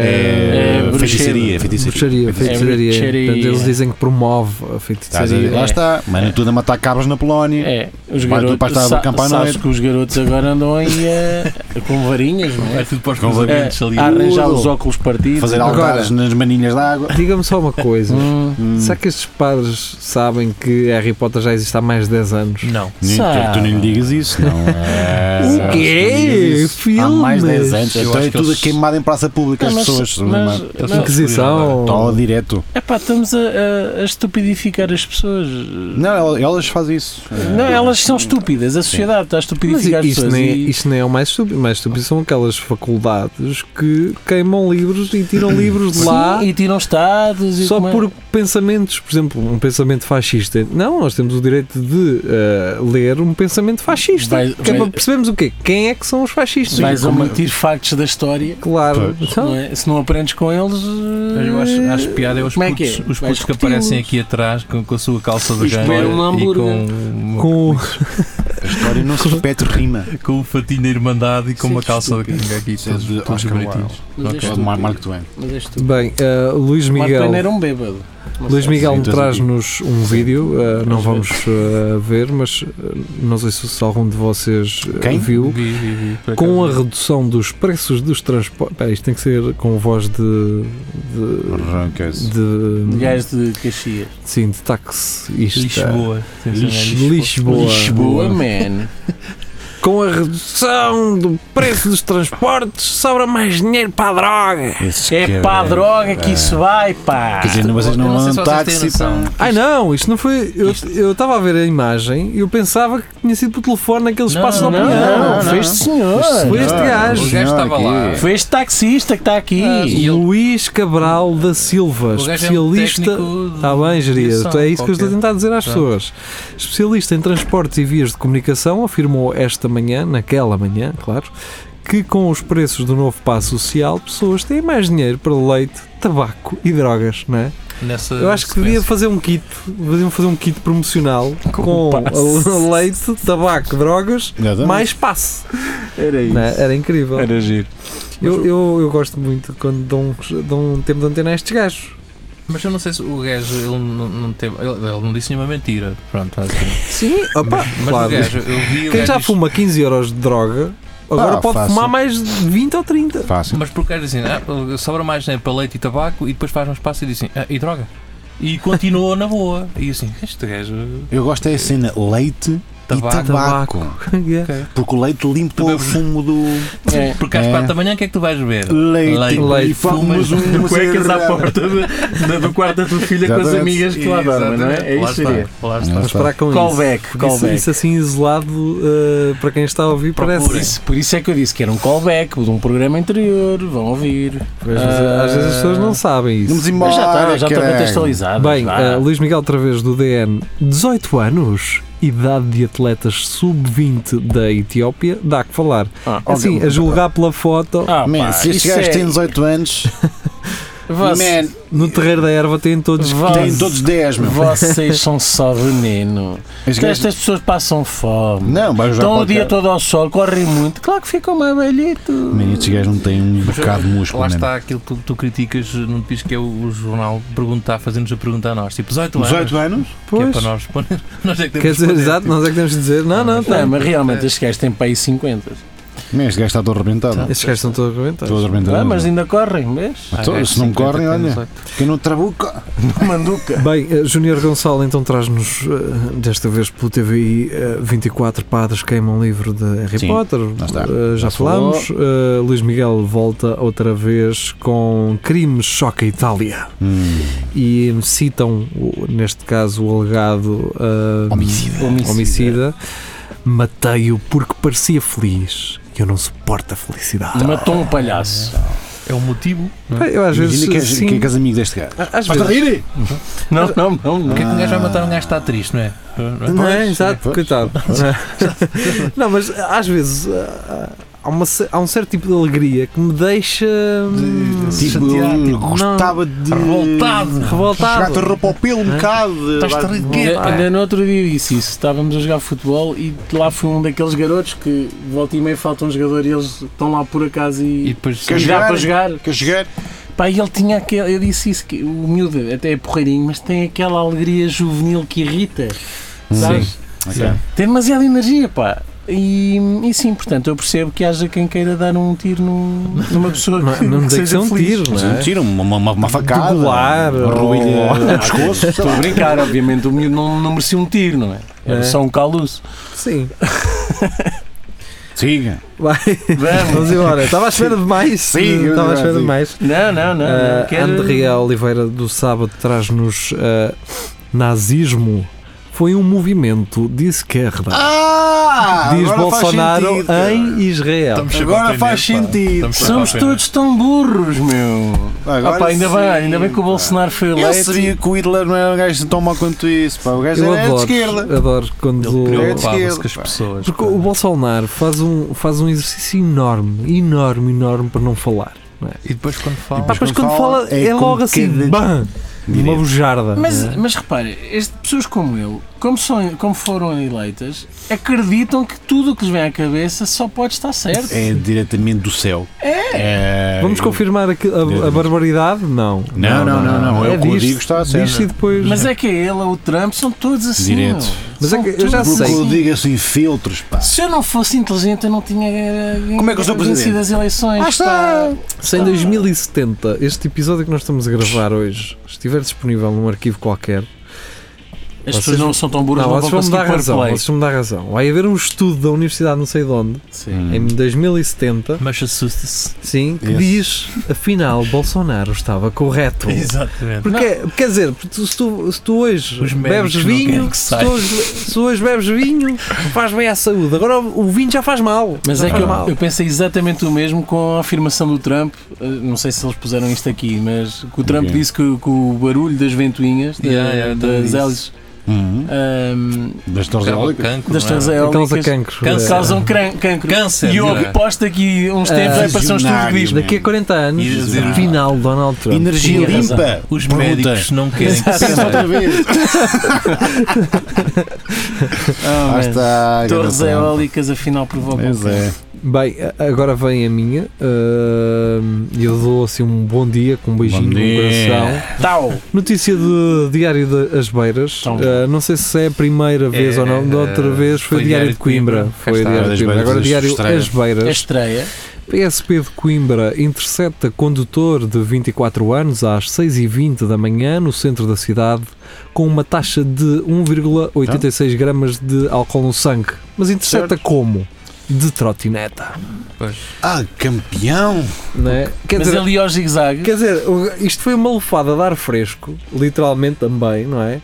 [SPEAKER 6] É, feitiçaria, Tá,
[SPEAKER 2] É,
[SPEAKER 6] feitiçaria.
[SPEAKER 3] feitiçaria. feitiçaria.
[SPEAKER 2] bruxaria.
[SPEAKER 3] Portanto, eles dizem que promove a
[SPEAKER 6] Estás a ver?
[SPEAKER 3] feitiçaria.
[SPEAKER 6] Lá
[SPEAKER 2] É.
[SPEAKER 6] está. Mano, tudo a matar cabras na Polónia.
[SPEAKER 2] É, os
[SPEAKER 6] Vai do pastel
[SPEAKER 2] garotos.
[SPEAKER 6] do campo à
[SPEAKER 2] Sa sabes
[SPEAKER 6] noite.
[SPEAKER 2] que os garotos agora andam aí a, com varinhas, não
[SPEAKER 5] É
[SPEAKER 2] é?
[SPEAKER 5] tudo para os
[SPEAKER 6] Com
[SPEAKER 5] cruzamentos ali.
[SPEAKER 2] A arranjar
[SPEAKER 6] Tudo.
[SPEAKER 2] os óculos partidos.
[SPEAKER 6] Fazer
[SPEAKER 3] Agora-
[SPEAKER 6] altares nas maninhas de água.
[SPEAKER 3] Diga-me só uma coisa.
[SPEAKER 2] Hum,
[SPEAKER 6] Hum,
[SPEAKER 3] Será que estes padres sabem que Harry Potter já existe há mais de 10 anos?
[SPEAKER 5] Não.
[SPEAKER 6] nem- tu, tu nem lhe digas isso, não. É,
[SPEAKER 3] O
[SPEAKER 6] sabes,
[SPEAKER 3] quê?
[SPEAKER 6] tu nem digas isso. Há mais de 10 anos.
[SPEAKER 5] Eu
[SPEAKER 6] Então
[SPEAKER 5] acho
[SPEAKER 6] é
[SPEAKER 5] que
[SPEAKER 6] tudo
[SPEAKER 5] eles-
[SPEAKER 6] queimado em praça pública,
[SPEAKER 2] não,
[SPEAKER 6] as
[SPEAKER 2] mas-
[SPEAKER 6] pessoas.
[SPEAKER 2] mas-
[SPEAKER 5] Eles
[SPEAKER 2] não,
[SPEAKER 5] são-
[SPEAKER 3] Inquisição?
[SPEAKER 6] Ou direto.
[SPEAKER 2] epá, estamos a, a- a estupidificar as pessoas.
[SPEAKER 6] Não, elas fazem isso.
[SPEAKER 2] Não, elas são estúpidas. A sociedade está a
[SPEAKER 3] Mas
[SPEAKER 2] estupidificar as
[SPEAKER 3] isto
[SPEAKER 2] pessoas.
[SPEAKER 3] nem,
[SPEAKER 2] e-
[SPEAKER 3] isto nem é o mais estúpido. O mais estúpido são aquelas faculdades que queimam livros e tiram livros de
[SPEAKER 2] Sim,
[SPEAKER 3] lá
[SPEAKER 2] e tiram estados e
[SPEAKER 3] só
[SPEAKER 2] como é-
[SPEAKER 3] por pensamentos. Por exemplo, um pensamento fascista. Não, nós temos o direito de eh, ler um pensamento fascista.
[SPEAKER 2] Vai-
[SPEAKER 3] que é
[SPEAKER 2] vai-
[SPEAKER 3] para percebermos sabemos o quê? Quem é que são os fascistas?
[SPEAKER 2] Vais
[SPEAKER 3] Como-
[SPEAKER 2] omitir factos da história.
[SPEAKER 3] Claro. Então,
[SPEAKER 2] não é? Se não aprendes com eles.
[SPEAKER 5] Mas eu acho, acho piada é os
[SPEAKER 2] Como é que
[SPEAKER 5] putos,
[SPEAKER 2] é?
[SPEAKER 5] os
[SPEAKER 2] Vais
[SPEAKER 5] putos que aparecem aqui atrás com, com a sua calça de
[SPEAKER 2] E comer
[SPEAKER 5] ganga
[SPEAKER 2] um
[SPEAKER 5] e
[SPEAKER 2] hambúrguer.
[SPEAKER 5] com, uma-
[SPEAKER 3] com
[SPEAKER 4] A história não se repete, rima.
[SPEAKER 5] com um fatinho da Irmandade e com
[SPEAKER 2] Sim,
[SPEAKER 5] uma
[SPEAKER 2] que
[SPEAKER 5] calça de
[SPEAKER 2] estúpido.
[SPEAKER 5] ganga aqui,
[SPEAKER 4] Isso é
[SPEAKER 5] todos,
[SPEAKER 4] de
[SPEAKER 5] todos
[SPEAKER 3] um
[SPEAKER 4] Oscar
[SPEAKER 5] bonitinhos.
[SPEAKER 2] Mas
[SPEAKER 5] Ok.
[SPEAKER 2] és tu.
[SPEAKER 4] Mar- Mark Twain.
[SPEAKER 2] Mas és tu.
[SPEAKER 3] Bem, eh, Luís
[SPEAKER 2] Mark Twain
[SPEAKER 3] Miguel.
[SPEAKER 2] era um bêbado. Não
[SPEAKER 3] Luís
[SPEAKER 2] sei.
[SPEAKER 3] Miguel
[SPEAKER 4] Sim, tens
[SPEAKER 3] traz-nos um vídeo, eh, não
[SPEAKER 2] Vamos
[SPEAKER 3] vamos eh, ver, mas eh, não sei se algum de vocês eh,
[SPEAKER 4] Quem?
[SPEAKER 3] viu.
[SPEAKER 5] Vi, vi, vi, por
[SPEAKER 3] Com a
[SPEAKER 5] acaso.
[SPEAKER 3] redução dos preços dos transportes. Espera, isto tem que ser com voz de. de.
[SPEAKER 4] Arranca-se.
[SPEAKER 2] De
[SPEAKER 3] de
[SPEAKER 2] gás de Caxias.
[SPEAKER 3] sim, de taxista.
[SPEAKER 5] Lisboa. Sim, sim, é
[SPEAKER 3] Lisboa. Lisboa.
[SPEAKER 2] Lisboa, man.
[SPEAKER 3] Com a redução do preço dos transportes, sobra mais dinheiro para a droga.
[SPEAKER 2] É para a droga que isso vai, pá.
[SPEAKER 4] Quer dizer, não- vocês não
[SPEAKER 3] é
[SPEAKER 5] Eu não sei
[SPEAKER 3] um
[SPEAKER 4] andam
[SPEAKER 5] se vocês têm
[SPEAKER 4] táxi.
[SPEAKER 5] noção.
[SPEAKER 4] pá.
[SPEAKER 3] Ai não, isto não foi. Eu eu estava a ver a imagem e eu pensava que tinha sido por telefone naquele
[SPEAKER 5] Não,
[SPEAKER 3] espaço
[SPEAKER 5] não,
[SPEAKER 3] de
[SPEAKER 2] Não,
[SPEAKER 3] opinião.
[SPEAKER 2] não,
[SPEAKER 4] não.
[SPEAKER 2] foi este senhor.
[SPEAKER 3] Foi este gajo.
[SPEAKER 5] O gajo estava lá.
[SPEAKER 4] aqui. é
[SPEAKER 2] Foi este taxista que está aqui.
[SPEAKER 4] Ah.
[SPEAKER 5] E ele-
[SPEAKER 3] Luís Cabral da
[SPEAKER 5] O
[SPEAKER 3] Silva,
[SPEAKER 5] gajo é um
[SPEAKER 3] especialista.
[SPEAKER 5] técnico de
[SPEAKER 3] Está bem,
[SPEAKER 5] direção
[SPEAKER 3] gerido. É isso que eu estou a
[SPEAKER 5] qualquer.
[SPEAKER 3] tentar dizer às
[SPEAKER 5] Pronto.
[SPEAKER 3] pessoas. Especialista em transportes e vias de comunicação afirmou esta manhã, naquela manhã, claro, que com os preços do novo passo social, pessoas têm mais dinheiro para leite, tabaco e drogas, não é?
[SPEAKER 5] Nessa
[SPEAKER 3] Eu acho que devia
[SPEAKER 5] sequência.
[SPEAKER 3] fazer um kit, deviam fazer um kit promocional com,
[SPEAKER 2] Com passe.
[SPEAKER 3] leite, tabaco, drogas,
[SPEAKER 4] Nada.
[SPEAKER 3] mais passe.
[SPEAKER 2] Era
[SPEAKER 3] Não é? Era incrível.
[SPEAKER 5] Era giro.
[SPEAKER 3] Eu, eu, eu gosto muito quando dão, dão um tempo de antena a estes gajos.
[SPEAKER 5] Mas eu não sei se o gajo ele não, não teve. Ele, ele não disse nenhuma mentira. Pronto, assim.
[SPEAKER 3] Sim, opa,
[SPEAKER 5] mas mas
[SPEAKER 3] claro.
[SPEAKER 5] o gajo, eu vi o
[SPEAKER 3] Quem
[SPEAKER 5] gajo
[SPEAKER 3] já
[SPEAKER 5] diz-
[SPEAKER 3] fuma 15 euros de droga, agora
[SPEAKER 4] Ah,
[SPEAKER 3] pode
[SPEAKER 4] fácil.
[SPEAKER 3] fumar mais de 20 ou 30.
[SPEAKER 4] Fácil.
[SPEAKER 5] Mas porque o gajo diz assim, ah, sobra mais dinheiro para leite e tabaco e depois faz um espaço e diz assim, ah, e droga? E continuou na boa. E assim, este gajo.
[SPEAKER 4] Eu gosto é a cena leite
[SPEAKER 5] Tabaco.
[SPEAKER 4] e tabaco.
[SPEAKER 3] Yeah.
[SPEAKER 5] ok.
[SPEAKER 4] Porque o leite limpa
[SPEAKER 5] Também-
[SPEAKER 4] o fumo do.
[SPEAKER 2] É.
[SPEAKER 5] Porque às
[SPEAKER 4] É.
[SPEAKER 5] 4 da manhã o que é que tu vais ver?
[SPEAKER 4] Leite,
[SPEAKER 5] Leite.
[SPEAKER 4] e um
[SPEAKER 3] Leite.
[SPEAKER 4] fumas uma
[SPEAKER 2] Cuecas à
[SPEAKER 4] cigarrada.
[SPEAKER 2] porta de- da- do quarto da tua filha com as
[SPEAKER 4] Exatamente.
[SPEAKER 2] amigas que lá dormem, não é? É isso seria.
[SPEAKER 5] está, lá está.
[SPEAKER 4] Não
[SPEAKER 3] Vamos
[SPEAKER 4] está.
[SPEAKER 3] parar com
[SPEAKER 5] é?
[SPEAKER 3] isso.
[SPEAKER 2] Callback,
[SPEAKER 3] Porque Isso,
[SPEAKER 2] callback.
[SPEAKER 3] isso assim isolado, uh, para quem está a ouvir,
[SPEAKER 2] Por
[SPEAKER 5] Procurem.
[SPEAKER 3] parece.
[SPEAKER 2] isso, por isso é que eu disse que era um callback de um programa anterior, vão ouvir.
[SPEAKER 3] Pois, mas, uh, às vezes as pessoas
[SPEAKER 5] Ah.
[SPEAKER 3] não sabem
[SPEAKER 4] Vamos
[SPEAKER 3] isso.
[SPEAKER 4] embora.
[SPEAKER 2] Mas já está, já está
[SPEAKER 4] caralho.
[SPEAKER 2] contextualizado.
[SPEAKER 3] Bem,
[SPEAKER 2] vá.
[SPEAKER 3] uh, Luís Miguel, através do DN, 18 anos, idade de atletas sub-20 da Etiópia, dá que falar.
[SPEAKER 2] Ah,
[SPEAKER 3] Assim,
[SPEAKER 4] ok.
[SPEAKER 3] a julgar pela foto,
[SPEAKER 2] Ah,
[SPEAKER 4] Man,
[SPEAKER 2] pá,
[SPEAKER 4] se este
[SPEAKER 2] isso
[SPEAKER 4] gajo
[SPEAKER 2] é-
[SPEAKER 4] tem 18 anos,
[SPEAKER 2] Você- assim,
[SPEAKER 4] man,
[SPEAKER 3] no terreiro da erva têm todos
[SPEAKER 2] Vá.
[SPEAKER 4] tem todos 10, meu.
[SPEAKER 2] Vocês são só veneno.
[SPEAKER 4] Este gajo-
[SPEAKER 2] Estas pessoas passam fome.
[SPEAKER 4] Não, vai jogar
[SPEAKER 2] Estão
[SPEAKER 4] para
[SPEAKER 2] o dia
[SPEAKER 4] cá.
[SPEAKER 2] todo ao sol, correm muito. Claro que ficam mais velhito.
[SPEAKER 4] Man, estes gajos não têm um bocado de músculo,
[SPEAKER 5] eh, Lá
[SPEAKER 4] man.
[SPEAKER 5] está aquilo que tu, tu criticas no Pis, que é o, o jornal perguntar, fazendo-nos a perguntar a nós. Tipo, 18 anos.
[SPEAKER 4] 18 anos?
[SPEAKER 5] Que é
[SPEAKER 3] Pois.
[SPEAKER 5] para nós responder. Nós é que temos
[SPEAKER 3] Quer dizer,
[SPEAKER 5] que responder.
[SPEAKER 3] exato, nós é que temos de dizer, não, tá. não,
[SPEAKER 2] Não,
[SPEAKER 3] tem.
[SPEAKER 2] mas é. realmente estes gajos têm para aí 50.
[SPEAKER 4] Man, este gajo está todo arrebentado.
[SPEAKER 3] Estes gajos estão todos arrebentados.
[SPEAKER 4] Todo arrebentado.
[SPEAKER 2] Ah, mas ainda correm, vês?
[SPEAKER 5] Ah,
[SPEAKER 4] Então,
[SPEAKER 5] gajo,
[SPEAKER 4] se não
[SPEAKER 5] 50
[SPEAKER 4] correm,
[SPEAKER 5] tem
[SPEAKER 4] olha.
[SPEAKER 5] 18.
[SPEAKER 4] Que eu não trabuca.
[SPEAKER 2] Manduca.
[SPEAKER 3] Bem, eh, Júnior Gonçalo então traz-nos, eh, desta vez pelo TVI, eh, 24 padres queimam livro de Harry
[SPEAKER 4] Sim,
[SPEAKER 3] Potter.
[SPEAKER 4] lá está.
[SPEAKER 3] Eh, Já
[SPEAKER 4] Já se falou.
[SPEAKER 3] falámos. Eh, Luís Miguel volta outra vez com Crimes Choca Itália.
[SPEAKER 4] Hum.
[SPEAKER 3] E citam, o- neste caso, o alegado eh,
[SPEAKER 4] Homicida.
[SPEAKER 3] homicida. Matei-o porque parecia feliz. Eu não suporto a felicidade.
[SPEAKER 2] Matou um palhaço.
[SPEAKER 5] É o motivo. não é?
[SPEAKER 3] Eu às vezes.
[SPEAKER 4] Imagina que és,
[SPEAKER 3] sim,
[SPEAKER 4] que és amigo deste gajo.
[SPEAKER 3] às
[SPEAKER 4] Faz-te
[SPEAKER 3] vezes-
[SPEAKER 4] rir?
[SPEAKER 2] Não, não, não. não.
[SPEAKER 5] Porque é que um gajo vai matar um gajo que está triste, não é?
[SPEAKER 3] Não é?
[SPEAKER 5] Pois.
[SPEAKER 3] Exato,
[SPEAKER 4] pois.
[SPEAKER 3] coitado. não, mas às vezes ah, há, uma ce- há um certo tipo de alegria que me deixa hum,
[SPEAKER 4] Tipo,
[SPEAKER 5] chateado,
[SPEAKER 4] eu
[SPEAKER 5] tipo,
[SPEAKER 4] gostava de.
[SPEAKER 5] Revoltado.
[SPEAKER 4] Jogar-te a
[SPEAKER 3] revoltado.
[SPEAKER 4] roupa ao pelo um bocado.
[SPEAKER 5] Estás
[SPEAKER 4] Vai-
[SPEAKER 5] terrível.
[SPEAKER 2] Ainda,
[SPEAKER 5] Pá.
[SPEAKER 2] ainda no outro dia disse isso. Estávamos a jogar futebol e lá foi um daqueles garotos que volta e meia falta um jogador e eles estão lá por acaso
[SPEAKER 5] E
[SPEAKER 2] e.
[SPEAKER 5] depois.
[SPEAKER 2] e
[SPEAKER 4] Queres
[SPEAKER 2] dá
[SPEAKER 4] jogar?
[SPEAKER 2] para jogar.
[SPEAKER 4] Quer jogar?
[SPEAKER 2] Pá, e ele tinha aquele. Eu disse isso, que o miúdo até é porreirinho, mas tem aquela alegria juvenil que irrita. Sabes? Tem demasiada energia, pá. E, e sim, portanto, eu percebo que haja quem queira dar um tiro num- numa pessoa
[SPEAKER 3] Não,
[SPEAKER 2] que
[SPEAKER 3] não tem que
[SPEAKER 2] seja
[SPEAKER 3] ser um
[SPEAKER 2] feliz.
[SPEAKER 3] tiro, não
[SPEAKER 4] Um
[SPEAKER 3] é?
[SPEAKER 4] tiro, uma, uma, uma facada.
[SPEAKER 3] Degolar,
[SPEAKER 4] uma
[SPEAKER 3] ou-
[SPEAKER 4] robilha no pescoço.
[SPEAKER 2] Estou a brincar, obviamente, o miúdo não, não merecia um tiro, não é? Era
[SPEAKER 3] É.
[SPEAKER 2] só um caluço.
[SPEAKER 3] Sim.
[SPEAKER 4] Siga.
[SPEAKER 3] Vai, É, vamos embora. Estava à espera de mais.
[SPEAKER 4] Sim, é
[SPEAKER 3] Estava à espera de
[SPEAKER 4] sim.
[SPEAKER 3] mais.
[SPEAKER 2] Não, não, não. não
[SPEAKER 3] Ah,
[SPEAKER 2] quero-
[SPEAKER 3] Andrea Oliveira do Sábado traz-nos ah, nazismo. foi um movimento de esquerda.
[SPEAKER 4] Ah!
[SPEAKER 3] diz
[SPEAKER 4] agora faz
[SPEAKER 3] Bolsonaro
[SPEAKER 4] sentido.
[SPEAKER 3] em Israel.
[SPEAKER 5] Estamos sempre
[SPEAKER 4] Agora
[SPEAKER 5] a aprender,
[SPEAKER 4] faz
[SPEAKER 5] pá.
[SPEAKER 4] sentido.
[SPEAKER 5] Estamos sempre a
[SPEAKER 2] Somos
[SPEAKER 5] aprender.
[SPEAKER 2] todos tão burros, meu.
[SPEAKER 4] Agora
[SPEAKER 2] Ah, pá, ainda,
[SPEAKER 4] sim,
[SPEAKER 2] bem, ainda bem que o
[SPEAKER 4] pá.
[SPEAKER 2] Bolsonaro é foi
[SPEAKER 4] Eu
[SPEAKER 2] eleito.
[SPEAKER 4] sabia que o Hitler não era um gajo tão mau quanto isso. Pá. O gajo
[SPEAKER 3] Eu
[SPEAKER 4] era é de
[SPEAKER 3] adoro,
[SPEAKER 4] esquerda.
[SPEAKER 3] adoro quando.
[SPEAKER 5] Ele
[SPEAKER 4] É de
[SPEAKER 5] preocupava-se
[SPEAKER 4] esquerda,
[SPEAKER 5] com as
[SPEAKER 4] pá.
[SPEAKER 5] pessoas.
[SPEAKER 3] Porque
[SPEAKER 5] pá.
[SPEAKER 3] o Bolsonaro faz um, faz um exercício enorme, enorme, enorme para não falar. não é?
[SPEAKER 5] E depois quando fala.
[SPEAKER 3] Pá, mas quando fala, é,
[SPEAKER 4] é como
[SPEAKER 3] logo assim,
[SPEAKER 4] cada-
[SPEAKER 3] bam! Uma bujarda. não é?
[SPEAKER 2] Mas, mas repare, este, pessoas como eu, como, são, como foram eleitas, acreditam que tudo o que lhes vem à cabeça só pode estar certo.
[SPEAKER 6] É diretamente do céu. É.
[SPEAKER 3] Vamos confirmar aqui- a, a barbaridade? Não.
[SPEAKER 6] Não, não, não, não. É,
[SPEAKER 3] É
[SPEAKER 6] o que eu
[SPEAKER 3] disto-
[SPEAKER 6] digo está a ser.
[SPEAKER 3] Diz-se e depois.
[SPEAKER 2] Mas é que ele, o Trump, são todos assim.
[SPEAKER 6] Direto.
[SPEAKER 2] meu.
[SPEAKER 3] Mas é
[SPEAKER 2] São
[SPEAKER 3] que eu já
[SPEAKER 2] todos
[SPEAKER 6] Porque
[SPEAKER 3] sei.
[SPEAKER 6] eu
[SPEAKER 2] assim.
[SPEAKER 6] digo assim, filtros, pá.
[SPEAKER 2] Se eu não fosse inteligente, eu não tinha eh,
[SPEAKER 4] Como é que eu sou
[SPEAKER 2] vencido
[SPEAKER 4] presidente?
[SPEAKER 2] as eleições.
[SPEAKER 4] Ah, está.
[SPEAKER 2] pá.
[SPEAKER 3] Se em 2070 este episódio que nós estamos a gravar hoje estiver disponível num arquivo qualquer,
[SPEAKER 2] As
[SPEAKER 3] Vocês-
[SPEAKER 2] pessoas não são tão burras,
[SPEAKER 3] não,
[SPEAKER 2] não,
[SPEAKER 3] vocês
[SPEAKER 2] vão
[SPEAKER 3] vão me
[SPEAKER 2] conseguir
[SPEAKER 3] dar
[SPEAKER 2] pôr
[SPEAKER 3] razão.
[SPEAKER 2] play.
[SPEAKER 3] Vocês vão me dar razão. Vai haver um estudo da Universidade, não sei de onde,
[SPEAKER 6] Hum.
[SPEAKER 2] Sim.
[SPEAKER 5] Hum.
[SPEAKER 3] em 2070,
[SPEAKER 5] Mas assusta-se.
[SPEAKER 3] sim, que
[SPEAKER 6] Esse.
[SPEAKER 3] diz afinal Bolsonaro estava correto.
[SPEAKER 5] Exatamente.
[SPEAKER 3] Porque, quer dizer, porque tu- se tu, se tu hoje
[SPEAKER 5] Os
[SPEAKER 3] bebes
[SPEAKER 5] médicos não
[SPEAKER 3] vinho,
[SPEAKER 5] querem que
[SPEAKER 3] se tu,
[SPEAKER 5] saia.
[SPEAKER 3] hoje, se hoje bebes vinho, faz bem à saúde. Agora o vinho já faz mal.
[SPEAKER 2] Mas é
[SPEAKER 3] Já
[SPEAKER 2] que eu,
[SPEAKER 3] faz mal.
[SPEAKER 2] eu pensei exatamente o mesmo com a afirmação do Trump. eh, Não sei se eles puseram isto aqui, mas que o Trump
[SPEAKER 6] Ok.
[SPEAKER 2] disse que, o- que o barulho das ventoinhas, da-
[SPEAKER 5] Yeah, yeah, também
[SPEAKER 2] das
[SPEAKER 5] disse.
[SPEAKER 2] hélices,
[SPEAKER 6] Uhum.
[SPEAKER 2] ahm,
[SPEAKER 6] Das torres
[SPEAKER 5] Acaba
[SPEAKER 6] eólicas.
[SPEAKER 5] cancro,
[SPEAKER 2] das
[SPEAKER 5] não é?
[SPEAKER 3] Então
[SPEAKER 2] transhélicas
[SPEAKER 3] causa cancro.
[SPEAKER 5] Câncer.
[SPEAKER 2] causam cran- cancro.
[SPEAKER 5] Câncer,
[SPEAKER 2] E eu
[SPEAKER 5] não é?
[SPEAKER 2] aposto aqui uns
[SPEAKER 3] Ah,
[SPEAKER 2] tempos vai passar um estudo que diz.
[SPEAKER 6] visionário.
[SPEAKER 3] Daqui a 40
[SPEAKER 5] E
[SPEAKER 3] anos,
[SPEAKER 5] dizer-
[SPEAKER 3] final Donald Trump.
[SPEAKER 6] Energia
[SPEAKER 2] Tinha razão.
[SPEAKER 6] limpa.
[SPEAKER 5] Os
[SPEAKER 6] Pergunta. é
[SPEAKER 5] médicos não querem que
[SPEAKER 6] Pensa
[SPEAKER 5] saia.
[SPEAKER 6] outra vez. Ah,
[SPEAKER 2] tá.
[SPEAKER 6] está.
[SPEAKER 2] Torres
[SPEAKER 6] garotão.
[SPEAKER 2] eólicas afinal provocam.
[SPEAKER 6] Pois é.
[SPEAKER 3] Bem, a- agora vem a minha. ahm, E eu dou assim um bom dia, com um beijinho
[SPEAKER 6] Bom
[SPEAKER 3] no
[SPEAKER 6] dia.
[SPEAKER 3] coração.
[SPEAKER 2] Tal!
[SPEAKER 3] Notícia do Diário das Beiras.
[SPEAKER 2] Então.
[SPEAKER 3] Ah, não sei se é a primeira vez
[SPEAKER 5] É,
[SPEAKER 3] ou não. Da outra
[SPEAKER 5] eh,
[SPEAKER 3] vez foi,
[SPEAKER 5] foi
[SPEAKER 3] Diário de Coimbra.
[SPEAKER 5] Cá
[SPEAKER 3] Foi
[SPEAKER 5] está,
[SPEAKER 3] Diário de Coimbras.
[SPEAKER 6] das Beiras
[SPEAKER 3] Agora
[SPEAKER 6] das
[SPEAKER 3] Diário As
[SPEAKER 6] Estreias.
[SPEAKER 2] A
[SPEAKER 3] Beiras.
[SPEAKER 2] estreia.
[SPEAKER 3] PSP de Coimbra intercepta condutor de 24 anos às 6h20 da manhã no centro da cidade com uma taxa de 1,86 gramas de álcool no sangue. Mas intercepta como? De trotineta.
[SPEAKER 6] Ah, campeão.
[SPEAKER 3] Né? Quer
[SPEAKER 2] Mas
[SPEAKER 3] dizer,
[SPEAKER 2] ali ao zigue-zague.
[SPEAKER 3] Quer dizer, o- isto foi uma lufada de ar fresco, literalmente também, não é?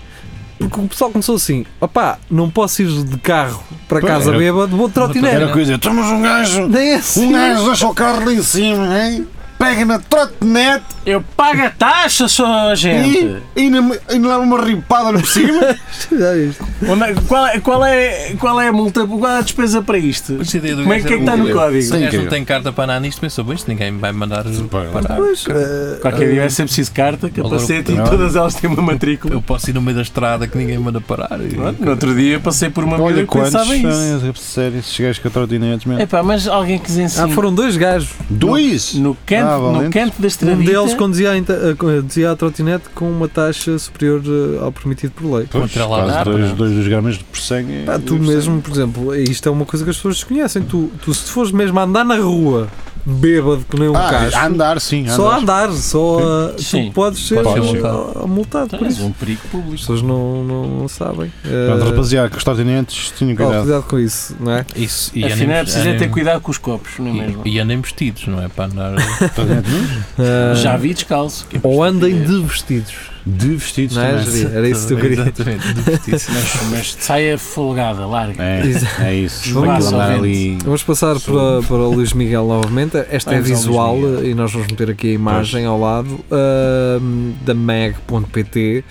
[SPEAKER 3] Porque o pessoal começou assim: opá, não posso ir de carro para
[SPEAKER 6] Pois,
[SPEAKER 3] casa
[SPEAKER 6] era-
[SPEAKER 3] bêbado, vou de
[SPEAKER 6] Era
[SPEAKER 3] trotinete.
[SPEAKER 6] coisa, estamos um gajo.
[SPEAKER 3] Nem é
[SPEAKER 6] Um
[SPEAKER 3] assim.
[SPEAKER 6] gajo deixa o carro lá em cima, hein? Pega na trotinete
[SPEAKER 2] Eu pago a taxa, sua
[SPEAKER 6] É,
[SPEAKER 2] gente!
[SPEAKER 6] e, e, não- e não leva uma ripada por cima.
[SPEAKER 3] Já viste?
[SPEAKER 2] Onde é- qual, é- qual é, qual é a multa? Qual é a despesa para isto?
[SPEAKER 5] Mas a ideia do
[SPEAKER 2] Como é
[SPEAKER 5] gajo
[SPEAKER 2] que é que
[SPEAKER 5] era
[SPEAKER 2] está no
[SPEAKER 5] incrível.
[SPEAKER 2] código?
[SPEAKER 5] Se o gajo
[SPEAKER 6] Incrível.
[SPEAKER 5] não tem carta para andar nisto, pensou, bem, isto ninguém me vai mandar parar.
[SPEAKER 3] Pois, eh,
[SPEAKER 2] Qualquer dia vai ser preciso carta, capacete e
[SPEAKER 6] Olá,
[SPEAKER 2] todas elas têm uma matrícula.
[SPEAKER 5] Eu posso ir no meio da estrada que ninguém manda parar. E-
[SPEAKER 2] Pronto, no outro dia passei por uma vida
[SPEAKER 6] Olha
[SPEAKER 2] que
[SPEAKER 6] quantos
[SPEAKER 2] pensava isso.
[SPEAKER 6] são sério, esses gajos que eu trotinetes mesmo.
[SPEAKER 2] Epá, mas alguém que
[SPEAKER 3] ah,
[SPEAKER 2] ensina
[SPEAKER 3] foram dois gajos.
[SPEAKER 6] Dois?
[SPEAKER 2] no canto,
[SPEAKER 6] Ah,
[SPEAKER 2] no
[SPEAKER 6] valente.
[SPEAKER 2] canto da
[SPEAKER 3] Um
[SPEAKER 2] estradinha.
[SPEAKER 3] deles conduzia, a inta- a- co- eh, dizia a trotinete com uma taxa superior eh, ao permitido por lei.
[SPEAKER 6] Pois,
[SPEAKER 5] Contra lá
[SPEAKER 6] quase
[SPEAKER 5] nada,
[SPEAKER 6] dois,
[SPEAKER 5] não.
[SPEAKER 6] dois, dois gramas de por é- sangue.
[SPEAKER 3] Pá, tu Tá mesmo, por exemplo, isto é uma coisa que as pessoas desconhecem. Tu, tu se fores mesmo a andar na rua, bêbado que nem um
[SPEAKER 6] Ah,
[SPEAKER 3] cacho,
[SPEAKER 6] a andar sim, a
[SPEAKER 3] Só a
[SPEAKER 6] andar.
[SPEAKER 3] andar, só a,
[SPEAKER 2] Sim.
[SPEAKER 3] tu podes ser,
[SPEAKER 5] Podes
[SPEAKER 6] ser
[SPEAKER 3] multado,
[SPEAKER 5] então,
[SPEAKER 3] multado por
[SPEAKER 2] Tens
[SPEAKER 5] é
[SPEAKER 3] isso.
[SPEAKER 2] um perigo
[SPEAKER 3] As
[SPEAKER 2] público.
[SPEAKER 3] pessoas não, não, não sabem. Eh,
[SPEAKER 6] Pronto, rapaziada, com os trotinetes, tinha
[SPEAKER 3] ó,
[SPEAKER 6] cuidado.
[SPEAKER 3] cuidado com isso, não é?
[SPEAKER 5] Isso, e
[SPEAKER 2] Afinal, é
[SPEAKER 5] andem-
[SPEAKER 2] preciso é ter
[SPEAKER 5] andem-
[SPEAKER 2] cuidado com os copos, não é mesmo?
[SPEAKER 5] E, e andem vestidos, não é? Para andar.
[SPEAKER 6] Trotinete nus?
[SPEAKER 3] Eh,
[SPEAKER 2] Já vi descalço. que é
[SPEAKER 3] Ou andem
[SPEAKER 2] preciso
[SPEAKER 3] de vestidos.
[SPEAKER 6] De vestidos
[SPEAKER 3] Não é,
[SPEAKER 6] também.
[SPEAKER 3] Jerry? Era isso que eu queria.
[SPEAKER 5] Exatamente, de vestidos.
[SPEAKER 2] ter. Mas, mas saia folgada, larga.
[SPEAKER 6] É, é isso.
[SPEAKER 2] Vamos
[SPEAKER 6] Aquilo
[SPEAKER 2] lá,
[SPEAKER 6] andar ali.
[SPEAKER 3] Vamos passar para, para o Luís Miguel novamente. Esta é
[SPEAKER 2] Vamos ao Luís
[SPEAKER 3] visual
[SPEAKER 2] Miguel.
[SPEAKER 3] eh, e nós vamos meter aqui a imagem ao lado ahm, da mag.pt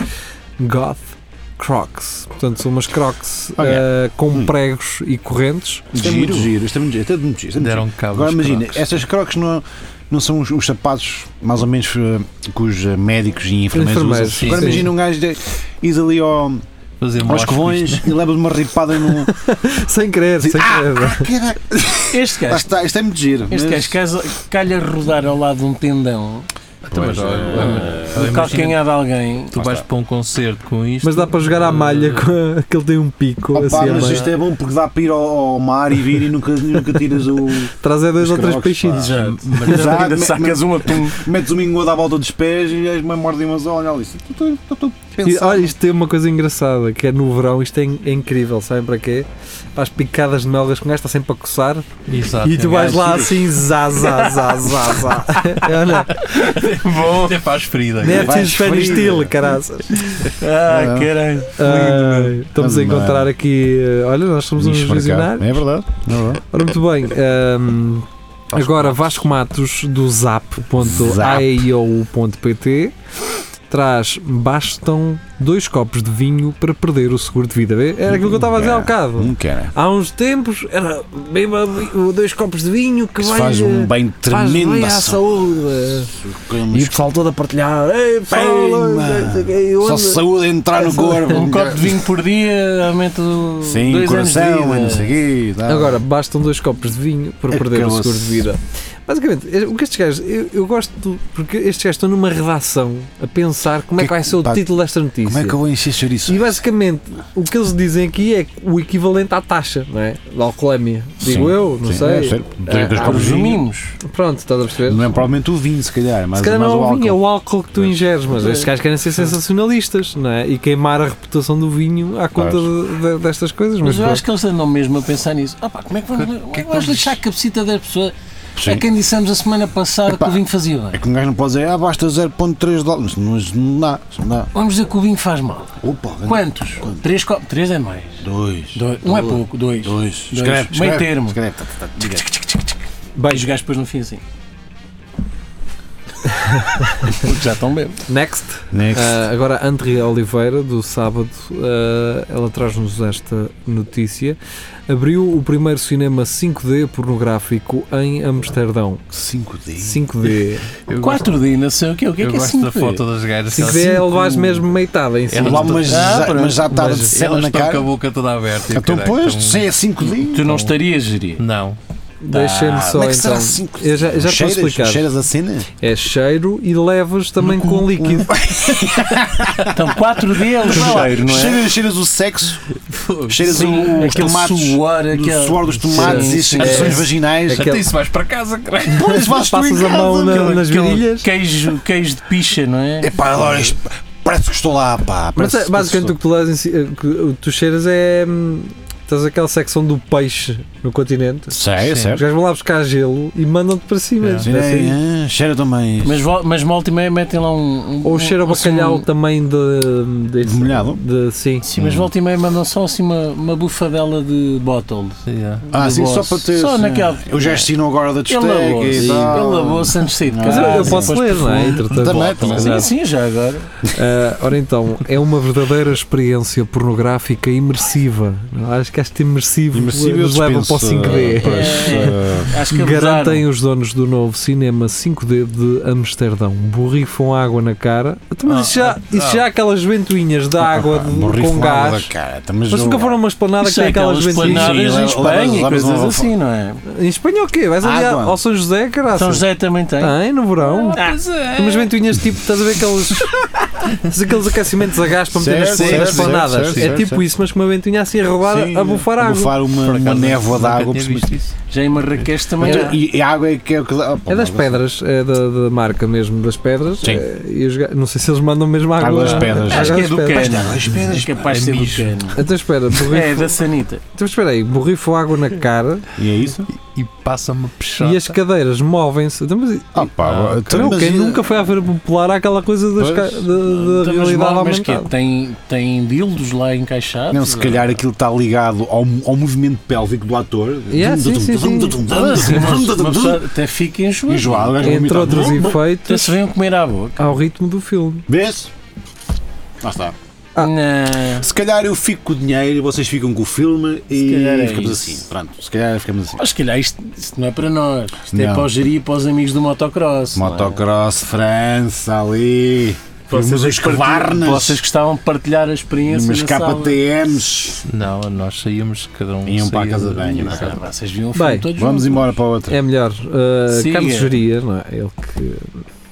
[SPEAKER 3] Goth Crocs. Portanto, são umas Crocs
[SPEAKER 2] Ah,
[SPEAKER 6] Oh,
[SPEAKER 2] é.
[SPEAKER 6] yeah.
[SPEAKER 3] eh, com
[SPEAKER 2] Hum.
[SPEAKER 3] pregos e correntes.
[SPEAKER 6] Isto é muito giro, isto é muito giro, isto é muito giro. isto é muito giro.
[SPEAKER 5] Deram um cabo.
[SPEAKER 6] Agora
[SPEAKER 5] dos
[SPEAKER 6] imagina,
[SPEAKER 5] crocs.
[SPEAKER 6] essas crocs não, não são os, os sapatos mais ou menos eh, que os eh, médicos e enfermeiros,
[SPEAKER 3] Enfermeiros,
[SPEAKER 6] usam.
[SPEAKER 5] sim,
[SPEAKER 6] Agora
[SPEAKER 5] sim.
[SPEAKER 6] imagina um gajo de, ir ali ao,
[SPEAKER 5] Fazer
[SPEAKER 6] aos
[SPEAKER 5] moscas, isto
[SPEAKER 6] covões e leva uma ripada no.
[SPEAKER 3] Sem querer, sem
[SPEAKER 2] Ah!
[SPEAKER 3] querer.
[SPEAKER 6] Cara,
[SPEAKER 2] Este
[SPEAKER 6] lá
[SPEAKER 2] gajo,
[SPEAKER 6] está, isto é muito giro.
[SPEAKER 2] este
[SPEAKER 6] mas-
[SPEAKER 2] gajo casa- calha rodar ao lado de um tendão,
[SPEAKER 5] não- Então, mas,
[SPEAKER 6] Pois,
[SPEAKER 5] olha,
[SPEAKER 6] é.
[SPEAKER 5] olha,
[SPEAKER 2] do
[SPEAKER 5] imagina,
[SPEAKER 2] calcanhar de alguém.
[SPEAKER 5] Tu vais para um concerto com isto.
[SPEAKER 3] Mas dá para jogar à malha, com a- que ele tem um pico.
[SPEAKER 6] Opa,
[SPEAKER 3] assim, a
[SPEAKER 6] mas
[SPEAKER 3] meio.
[SPEAKER 6] isto é bom porque dá para ir ao, ao mar e vir e nunca, nunca tiras o.
[SPEAKER 3] Traz é dois
[SPEAKER 6] Os
[SPEAKER 3] ou três
[SPEAKER 6] crocs,
[SPEAKER 3] peixinhos.
[SPEAKER 5] Já, mas-
[SPEAKER 6] Exato,
[SPEAKER 2] Ah, Ainda
[SPEAKER 6] me-
[SPEAKER 2] sacas um atum.
[SPEAKER 6] metes o mingudo à volta dos pés e as me mordem umas olhas. Olha ali.
[SPEAKER 3] E, olha, isto tem uma coisa engraçada, que é no verão, isto é, in- é incrível, sabem para quê? Para as picadas de melgas que um gajo está sempre a coçar
[SPEAKER 5] Exato. é
[SPEAKER 3] e tu vais lá assim, zá, zá, zá, zá, zá. Olha,
[SPEAKER 5] Bom. Até faz ferida.
[SPEAKER 3] nem é
[SPEAKER 6] Vais
[SPEAKER 3] preciso Spanish
[SPEAKER 6] frio.
[SPEAKER 3] Steel, caraças.
[SPEAKER 6] É.
[SPEAKER 2] Ah, caralho.
[SPEAKER 3] Ah, estamos a
[SPEAKER 6] Lindo,
[SPEAKER 3] encontrar aqui, eh, olha, nós somos uns
[SPEAKER 6] Nicho
[SPEAKER 3] visionários.
[SPEAKER 6] marcado. É verdade. É verdade.
[SPEAKER 3] Ora, muito bem. ahm, agora, Vasco Matos do zap.io.pt traz bastam dois copos de vinho para perder o seguro de vida. Vê? Era aquilo que eu estava a dizer há um bocado.
[SPEAKER 6] Não quero.
[SPEAKER 3] Há uns tempos era beba vi- dois copos de vinho que,
[SPEAKER 6] Que se
[SPEAKER 3] vai,
[SPEAKER 6] faz
[SPEAKER 3] eh,
[SPEAKER 6] um bem
[SPEAKER 3] faz bem
[SPEAKER 6] tremendo
[SPEAKER 3] à
[SPEAKER 6] ação.
[SPEAKER 3] saúde. eh. E o pessoal todo a partilhar. Ei, pessoal,
[SPEAKER 6] Pimba!
[SPEAKER 3] não sei o quê,
[SPEAKER 6] Só
[SPEAKER 3] onde-
[SPEAKER 6] saúde a entrar no corpo.
[SPEAKER 2] Um copo de vinho por dia aumenta o.
[SPEAKER 6] Sim,
[SPEAKER 2] dois
[SPEAKER 6] coração, e não
[SPEAKER 2] anos de vida.
[SPEAKER 6] sei o quê. tá.
[SPEAKER 3] Agora, bastam dois copos de vinho
[SPEAKER 6] É
[SPEAKER 3] para perder o
[SPEAKER 6] Acabou-se.
[SPEAKER 3] seguro de vida. Basicamente, eh, o que estes gajos. Eu, eu gosto. do- porque estes gajos estão numa redação a pensar como é
[SPEAKER 6] Que-
[SPEAKER 3] que vai ser o
[SPEAKER 6] pá,
[SPEAKER 3] título desta notícia.
[SPEAKER 6] Como é que eu vou encher chouriço?
[SPEAKER 3] E basicamente, o que eles dizem aqui é o equivalente à taxa, não é? Da alcoolemia. Digo
[SPEAKER 6] Sim,
[SPEAKER 3] eu, não
[SPEAKER 6] sim,
[SPEAKER 3] sei.
[SPEAKER 6] deve ser. Dois-
[SPEAKER 3] Ah,
[SPEAKER 6] dois
[SPEAKER 3] ah,
[SPEAKER 6] copos de vinho.
[SPEAKER 2] Resumimos.
[SPEAKER 3] Pronto, estás a perceber?
[SPEAKER 6] Não é provavelmente o vinho, se calhar. Mas,
[SPEAKER 3] Se calhar não é o vinho, é
[SPEAKER 6] álcool.
[SPEAKER 3] o álcool que tu
[SPEAKER 6] Pois.
[SPEAKER 3] ingeres, mas estes gajos querem ser sensacionalistas, não é? E queimar a reputação do vinho à conta de- de- destas coisas. Mas,
[SPEAKER 2] Mas eu
[SPEAKER 3] pronto.
[SPEAKER 2] acho que eles andam mesmo a pensar nisso. Ah, pá, como é que vamos, como é que vamos lixar a cabecita das pessoas?
[SPEAKER 6] Sim.
[SPEAKER 2] A quem dissemos a semana passada
[SPEAKER 6] Epá.
[SPEAKER 2] que o vinho fazia bem.
[SPEAKER 6] É que um gajo não pode dizer, ah, basta 0.3 dólares. Não, isso não dá, isso não dá.
[SPEAKER 2] Vamos dizer que o vinho faz mal.
[SPEAKER 6] Opa,
[SPEAKER 2] Quantos? Três copos. Três é mais.
[SPEAKER 6] Dois.
[SPEAKER 2] Dois. Um é pouco. Dois.
[SPEAKER 6] Dois.
[SPEAKER 2] Meio termo.
[SPEAKER 6] Escreve. Tá, tá, tá, diga.
[SPEAKER 2] E os
[SPEAKER 3] Bem,
[SPEAKER 2] gajos depois não fim assim. Porque já estão bem.
[SPEAKER 3] next.
[SPEAKER 6] Next.
[SPEAKER 3] Ah, agora, a Andrea Oliveira, do sábado, ah, ela traz-nos esta notícia. Abriu o primeiro cinema 5D pornográfico em Amsterdão.
[SPEAKER 6] 5D.
[SPEAKER 3] 5D.
[SPEAKER 5] Eu gosto,
[SPEAKER 2] 4D, não sei o quê. O que é
[SPEAKER 5] eu
[SPEAKER 2] que é
[SPEAKER 5] gosto da
[SPEAKER 2] 5D?
[SPEAKER 5] foto das gajas. assim,
[SPEAKER 3] 5D
[SPEAKER 5] elas-
[SPEAKER 3] é levares mesmo meitada em
[SPEAKER 5] Ela
[SPEAKER 6] Lá,
[SPEAKER 3] cima.
[SPEAKER 5] Elas-
[SPEAKER 6] mas,
[SPEAKER 2] Ah,
[SPEAKER 6] já,
[SPEAKER 2] pronto.
[SPEAKER 6] mas já está
[SPEAKER 3] Mas
[SPEAKER 6] de cena
[SPEAKER 5] Elas
[SPEAKER 6] na
[SPEAKER 5] estão com
[SPEAKER 6] cara.
[SPEAKER 5] a boca toda aberta. e o
[SPEAKER 6] Então,
[SPEAKER 5] caralho,
[SPEAKER 6] pois,
[SPEAKER 5] estão-
[SPEAKER 6] se é 5D.
[SPEAKER 2] Tu não estarias, geria.
[SPEAKER 5] Não.
[SPEAKER 3] Deixa-me só
[SPEAKER 6] Como é que será
[SPEAKER 3] então.
[SPEAKER 6] 5D?
[SPEAKER 3] Eu já, já te
[SPEAKER 6] cheiras,
[SPEAKER 3] posso explicar.
[SPEAKER 6] Cheiras a cena?
[SPEAKER 3] É cheiro e levas também
[SPEAKER 6] Uhum.
[SPEAKER 3] com líquido.
[SPEAKER 2] Então 4D é o cheiro, não é?
[SPEAKER 6] Cheiras, cheiras o sexo, cheiras
[SPEAKER 2] Sim,
[SPEAKER 6] o, os
[SPEAKER 2] aquele
[SPEAKER 6] tomates,
[SPEAKER 2] suor,
[SPEAKER 6] o
[SPEAKER 2] aquele-
[SPEAKER 6] suor dos tomates e
[SPEAKER 2] Sim,
[SPEAKER 6] as
[SPEAKER 2] sim.
[SPEAKER 6] secreções
[SPEAKER 3] É.
[SPEAKER 6] vaginais.
[SPEAKER 3] Aquele-
[SPEAKER 5] Até isso vais para casa, caralho.
[SPEAKER 6] Pois vais tu em
[SPEAKER 3] Passas a
[SPEAKER 6] casa,
[SPEAKER 3] mão na-
[SPEAKER 6] meu.
[SPEAKER 3] nas
[SPEAKER 2] Aquele
[SPEAKER 3] virilhas.
[SPEAKER 2] Queijo, queijo de picha, não é?
[SPEAKER 6] Epá, agora isto- parece que estou lá, pá.
[SPEAKER 3] Mas
[SPEAKER 6] tá parece
[SPEAKER 3] é,
[SPEAKER 6] que
[SPEAKER 3] basicamente o
[SPEAKER 6] estou-
[SPEAKER 3] que tu, levas em si- eh, que o que tu cheiras é. hum, Estás aquela secção do peixe no continente.
[SPEAKER 6] Sei,
[SPEAKER 5] Sim.
[SPEAKER 3] Os
[SPEAKER 6] certo.
[SPEAKER 3] gajos vão lá buscar gelo e mandam-te para cima. Tipo assim.
[SPEAKER 5] É.
[SPEAKER 3] Deve ser isso.
[SPEAKER 6] Ah, cheira também.
[SPEAKER 2] Mas, vol- mas volta e meia metem lá um. um
[SPEAKER 3] Ou
[SPEAKER 2] um-
[SPEAKER 3] cheiro a
[SPEAKER 2] assim,
[SPEAKER 3] bacalhau
[SPEAKER 2] um-
[SPEAKER 3] também de. de,
[SPEAKER 6] De molhado?
[SPEAKER 3] de- sim.
[SPEAKER 2] Sim, mas volta e meia mandam só assim uma, uma bufadela de bottle.
[SPEAKER 6] Ah,
[SPEAKER 2] de
[SPEAKER 6] sim, só
[SPEAKER 2] bolso.
[SPEAKER 6] para ter.
[SPEAKER 2] Só
[SPEAKER 6] sim.
[SPEAKER 2] naquela-
[SPEAKER 6] Eu já assino agora da
[SPEAKER 2] Ele
[SPEAKER 6] discoteca
[SPEAKER 2] lavou-se.
[SPEAKER 6] e tal.
[SPEAKER 2] Ele lavou-se antes de sair de
[SPEAKER 6] Ah,
[SPEAKER 3] Mas
[SPEAKER 2] casa.
[SPEAKER 3] eu, eu
[SPEAKER 2] Sim.
[SPEAKER 3] posso ler, não é? Entretanto.
[SPEAKER 6] Também, também.
[SPEAKER 3] Exato.
[SPEAKER 2] Sim, sim, assim, já agora.
[SPEAKER 3] Ah, ora então, é uma verdadeira experiência pornográfica imersiva. Acho que este imersivo,
[SPEAKER 6] Imersivo eu
[SPEAKER 3] nos leva para o
[SPEAKER 6] dispenso, ah,
[SPEAKER 3] 5D.
[SPEAKER 6] pois, eh,
[SPEAKER 2] É, Acho que
[SPEAKER 3] Garantem
[SPEAKER 2] abusaram.
[SPEAKER 3] os donos do novo cinema 5D de Amsterdão. Borrifam água na cara. Então, Mas
[SPEAKER 5] Ah,
[SPEAKER 3] isso já,
[SPEAKER 5] ah,
[SPEAKER 3] isso já há aquelas ventoinhas de água de-
[SPEAKER 6] Ah, borrifo
[SPEAKER 3] com
[SPEAKER 6] na água
[SPEAKER 3] gás.
[SPEAKER 6] da cara,
[SPEAKER 3] Mas nunca foram uma esplanada que
[SPEAKER 2] Isso
[SPEAKER 3] tem
[SPEAKER 2] é
[SPEAKER 3] aquelas
[SPEAKER 2] aquelas
[SPEAKER 3] ventoinhas.
[SPEAKER 2] planadas em
[SPEAKER 6] Sim, levas-
[SPEAKER 2] Espanha e
[SPEAKER 6] levas
[SPEAKER 2] coisas
[SPEAKER 6] uma-
[SPEAKER 2] assim, não é?
[SPEAKER 3] Em Espanha o quê? Vais ali
[SPEAKER 6] Água.
[SPEAKER 3] ao São José, caraças?
[SPEAKER 2] São José também tem.
[SPEAKER 3] Tem, no verão.
[SPEAKER 2] Ah,
[SPEAKER 3] Tem umas ventoinhas tipo, estás a ver aqueles. tens aqueles aquecimentos a gás para meter nas
[SPEAKER 6] Certo,
[SPEAKER 3] nas
[SPEAKER 6] certo, certo,
[SPEAKER 3] espanadas.
[SPEAKER 6] certo,
[SPEAKER 3] É
[SPEAKER 6] certo,
[SPEAKER 3] tipo
[SPEAKER 6] certo.
[SPEAKER 3] isso, mas com uma ventoinha assim a rolar,
[SPEAKER 6] Sim,
[SPEAKER 3] a bufar água.
[SPEAKER 6] Bufar uma,
[SPEAKER 5] Por
[SPEAKER 6] uma
[SPEAKER 5] acaso,
[SPEAKER 6] névoa de
[SPEAKER 5] nunca
[SPEAKER 6] água.
[SPEAKER 5] tinha
[SPEAKER 6] por cima.
[SPEAKER 5] visto isso.
[SPEAKER 2] Já em Marrakech também
[SPEAKER 6] Mas,
[SPEAKER 2] há.
[SPEAKER 6] E, e a água é que é o que dá. pá,
[SPEAKER 3] É das
[SPEAKER 6] mas-
[SPEAKER 3] pedras, é da, da marca mesmo das pedras.
[SPEAKER 6] Sim.
[SPEAKER 3] É, e os ga- não sei se eles mandam mesmo água.
[SPEAKER 6] Água das pedras.
[SPEAKER 2] Acho
[SPEAKER 3] Água
[SPEAKER 2] que é
[SPEAKER 3] das
[SPEAKER 2] do
[SPEAKER 3] pedras.
[SPEAKER 2] cano. É
[SPEAKER 5] É
[SPEAKER 2] capaz de ser do
[SPEAKER 5] mijo.
[SPEAKER 2] cano.
[SPEAKER 3] Então espera, borrifo,
[SPEAKER 2] É, da Sanita.
[SPEAKER 3] então, espera aí, borrifo água na cara
[SPEAKER 6] E é isso?
[SPEAKER 5] E passa-me pechada.
[SPEAKER 3] e as cadeiras movem-se. Então, mas,
[SPEAKER 6] Ah, pá,
[SPEAKER 5] Ah,
[SPEAKER 6] então,
[SPEAKER 3] não,
[SPEAKER 6] mas
[SPEAKER 3] quem
[SPEAKER 6] e-
[SPEAKER 3] nunca foi à feira popular há aquela coisa das
[SPEAKER 6] Pois.
[SPEAKER 3] ca- da, da
[SPEAKER 2] Então, mas
[SPEAKER 3] realidade
[SPEAKER 2] mal- mas que é?
[SPEAKER 3] aumentada.
[SPEAKER 2] Tem, tem dildos lá encaixados?
[SPEAKER 6] Não, se calhar aquilo está ligado ao, ao movimento pélvico do ator.
[SPEAKER 3] Yeah, sim, sim, sim.
[SPEAKER 2] Ah, sim, mas uma pessoa até fica enjoado.
[SPEAKER 6] Enjoado, o gajo
[SPEAKER 3] Entre
[SPEAKER 2] um
[SPEAKER 6] vomita.
[SPEAKER 3] outros
[SPEAKER 2] Até
[SPEAKER 3] efeitos,
[SPEAKER 2] se venham comer à boca.
[SPEAKER 3] ao ritmo do filme.
[SPEAKER 6] Vês? Lá está.
[SPEAKER 3] Ah.
[SPEAKER 2] Não.
[SPEAKER 6] Se calhar eu fico com o dinheiro e vocês ficam com o filme
[SPEAKER 2] Se
[SPEAKER 6] e
[SPEAKER 2] calhar é
[SPEAKER 6] ficamos
[SPEAKER 2] isso.
[SPEAKER 6] assim. Pronto, se calhar ficamos assim.
[SPEAKER 2] Mas se calhar isto, isto não é para nós. Isto é
[SPEAKER 6] Não.
[SPEAKER 2] para o gerir e para os amigos do motocross. não é?
[SPEAKER 6] Motocross, França, ali. Vimos
[SPEAKER 2] Vocês, é
[SPEAKER 6] os
[SPEAKER 2] que partilham- vocês
[SPEAKER 6] cavarnas,
[SPEAKER 2] gostavam de partilhar a experiência.
[SPEAKER 6] umas
[SPEAKER 2] na sala.
[SPEAKER 6] KTMs.
[SPEAKER 5] Não, nós saímos, cada um.
[SPEAKER 6] Iam para a
[SPEAKER 5] saía
[SPEAKER 6] casa de
[SPEAKER 5] do-
[SPEAKER 6] banho, não é?
[SPEAKER 5] Exato.
[SPEAKER 2] Ah, Vocês viam o filme
[SPEAKER 3] Bem,
[SPEAKER 2] todos
[SPEAKER 6] Vamos
[SPEAKER 2] juntos.
[SPEAKER 6] embora para outra.
[SPEAKER 3] É melhor. É uh,
[SPEAKER 2] Siga.
[SPEAKER 3] Carlos Geria, não é? Ele que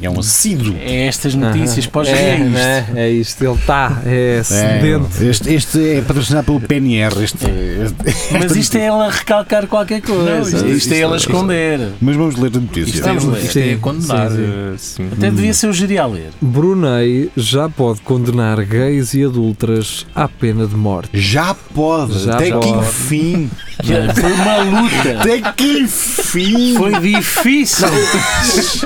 [SPEAKER 6] É um assíduo.
[SPEAKER 2] É estas notícias para os
[SPEAKER 3] é,
[SPEAKER 2] gringos.
[SPEAKER 3] né? é isto, ele está, é sedento.
[SPEAKER 6] este, este é patrocinado pelo PNR. Este, este-
[SPEAKER 2] Mas isto é ela recalcar qualquer coisa.
[SPEAKER 5] Não,
[SPEAKER 2] isto,
[SPEAKER 5] isto-
[SPEAKER 2] é
[SPEAKER 6] isto-
[SPEAKER 2] ela esconder.
[SPEAKER 6] Mas vamos ler a notícia.
[SPEAKER 2] Isto é um-
[SPEAKER 5] Isto é
[SPEAKER 3] Sim,
[SPEAKER 5] condenar.
[SPEAKER 3] sim,
[SPEAKER 5] eh, Sim.
[SPEAKER 2] Até devia ser o giri a ler.
[SPEAKER 3] Brunei já pode condenar gays e adultas à pena de morte.
[SPEAKER 6] Já pode.
[SPEAKER 3] Já
[SPEAKER 6] Até que
[SPEAKER 3] pode.
[SPEAKER 6] enfim.
[SPEAKER 2] Foi uma luta.
[SPEAKER 6] Até que enfim.
[SPEAKER 3] um
[SPEAKER 2] Foi difícil.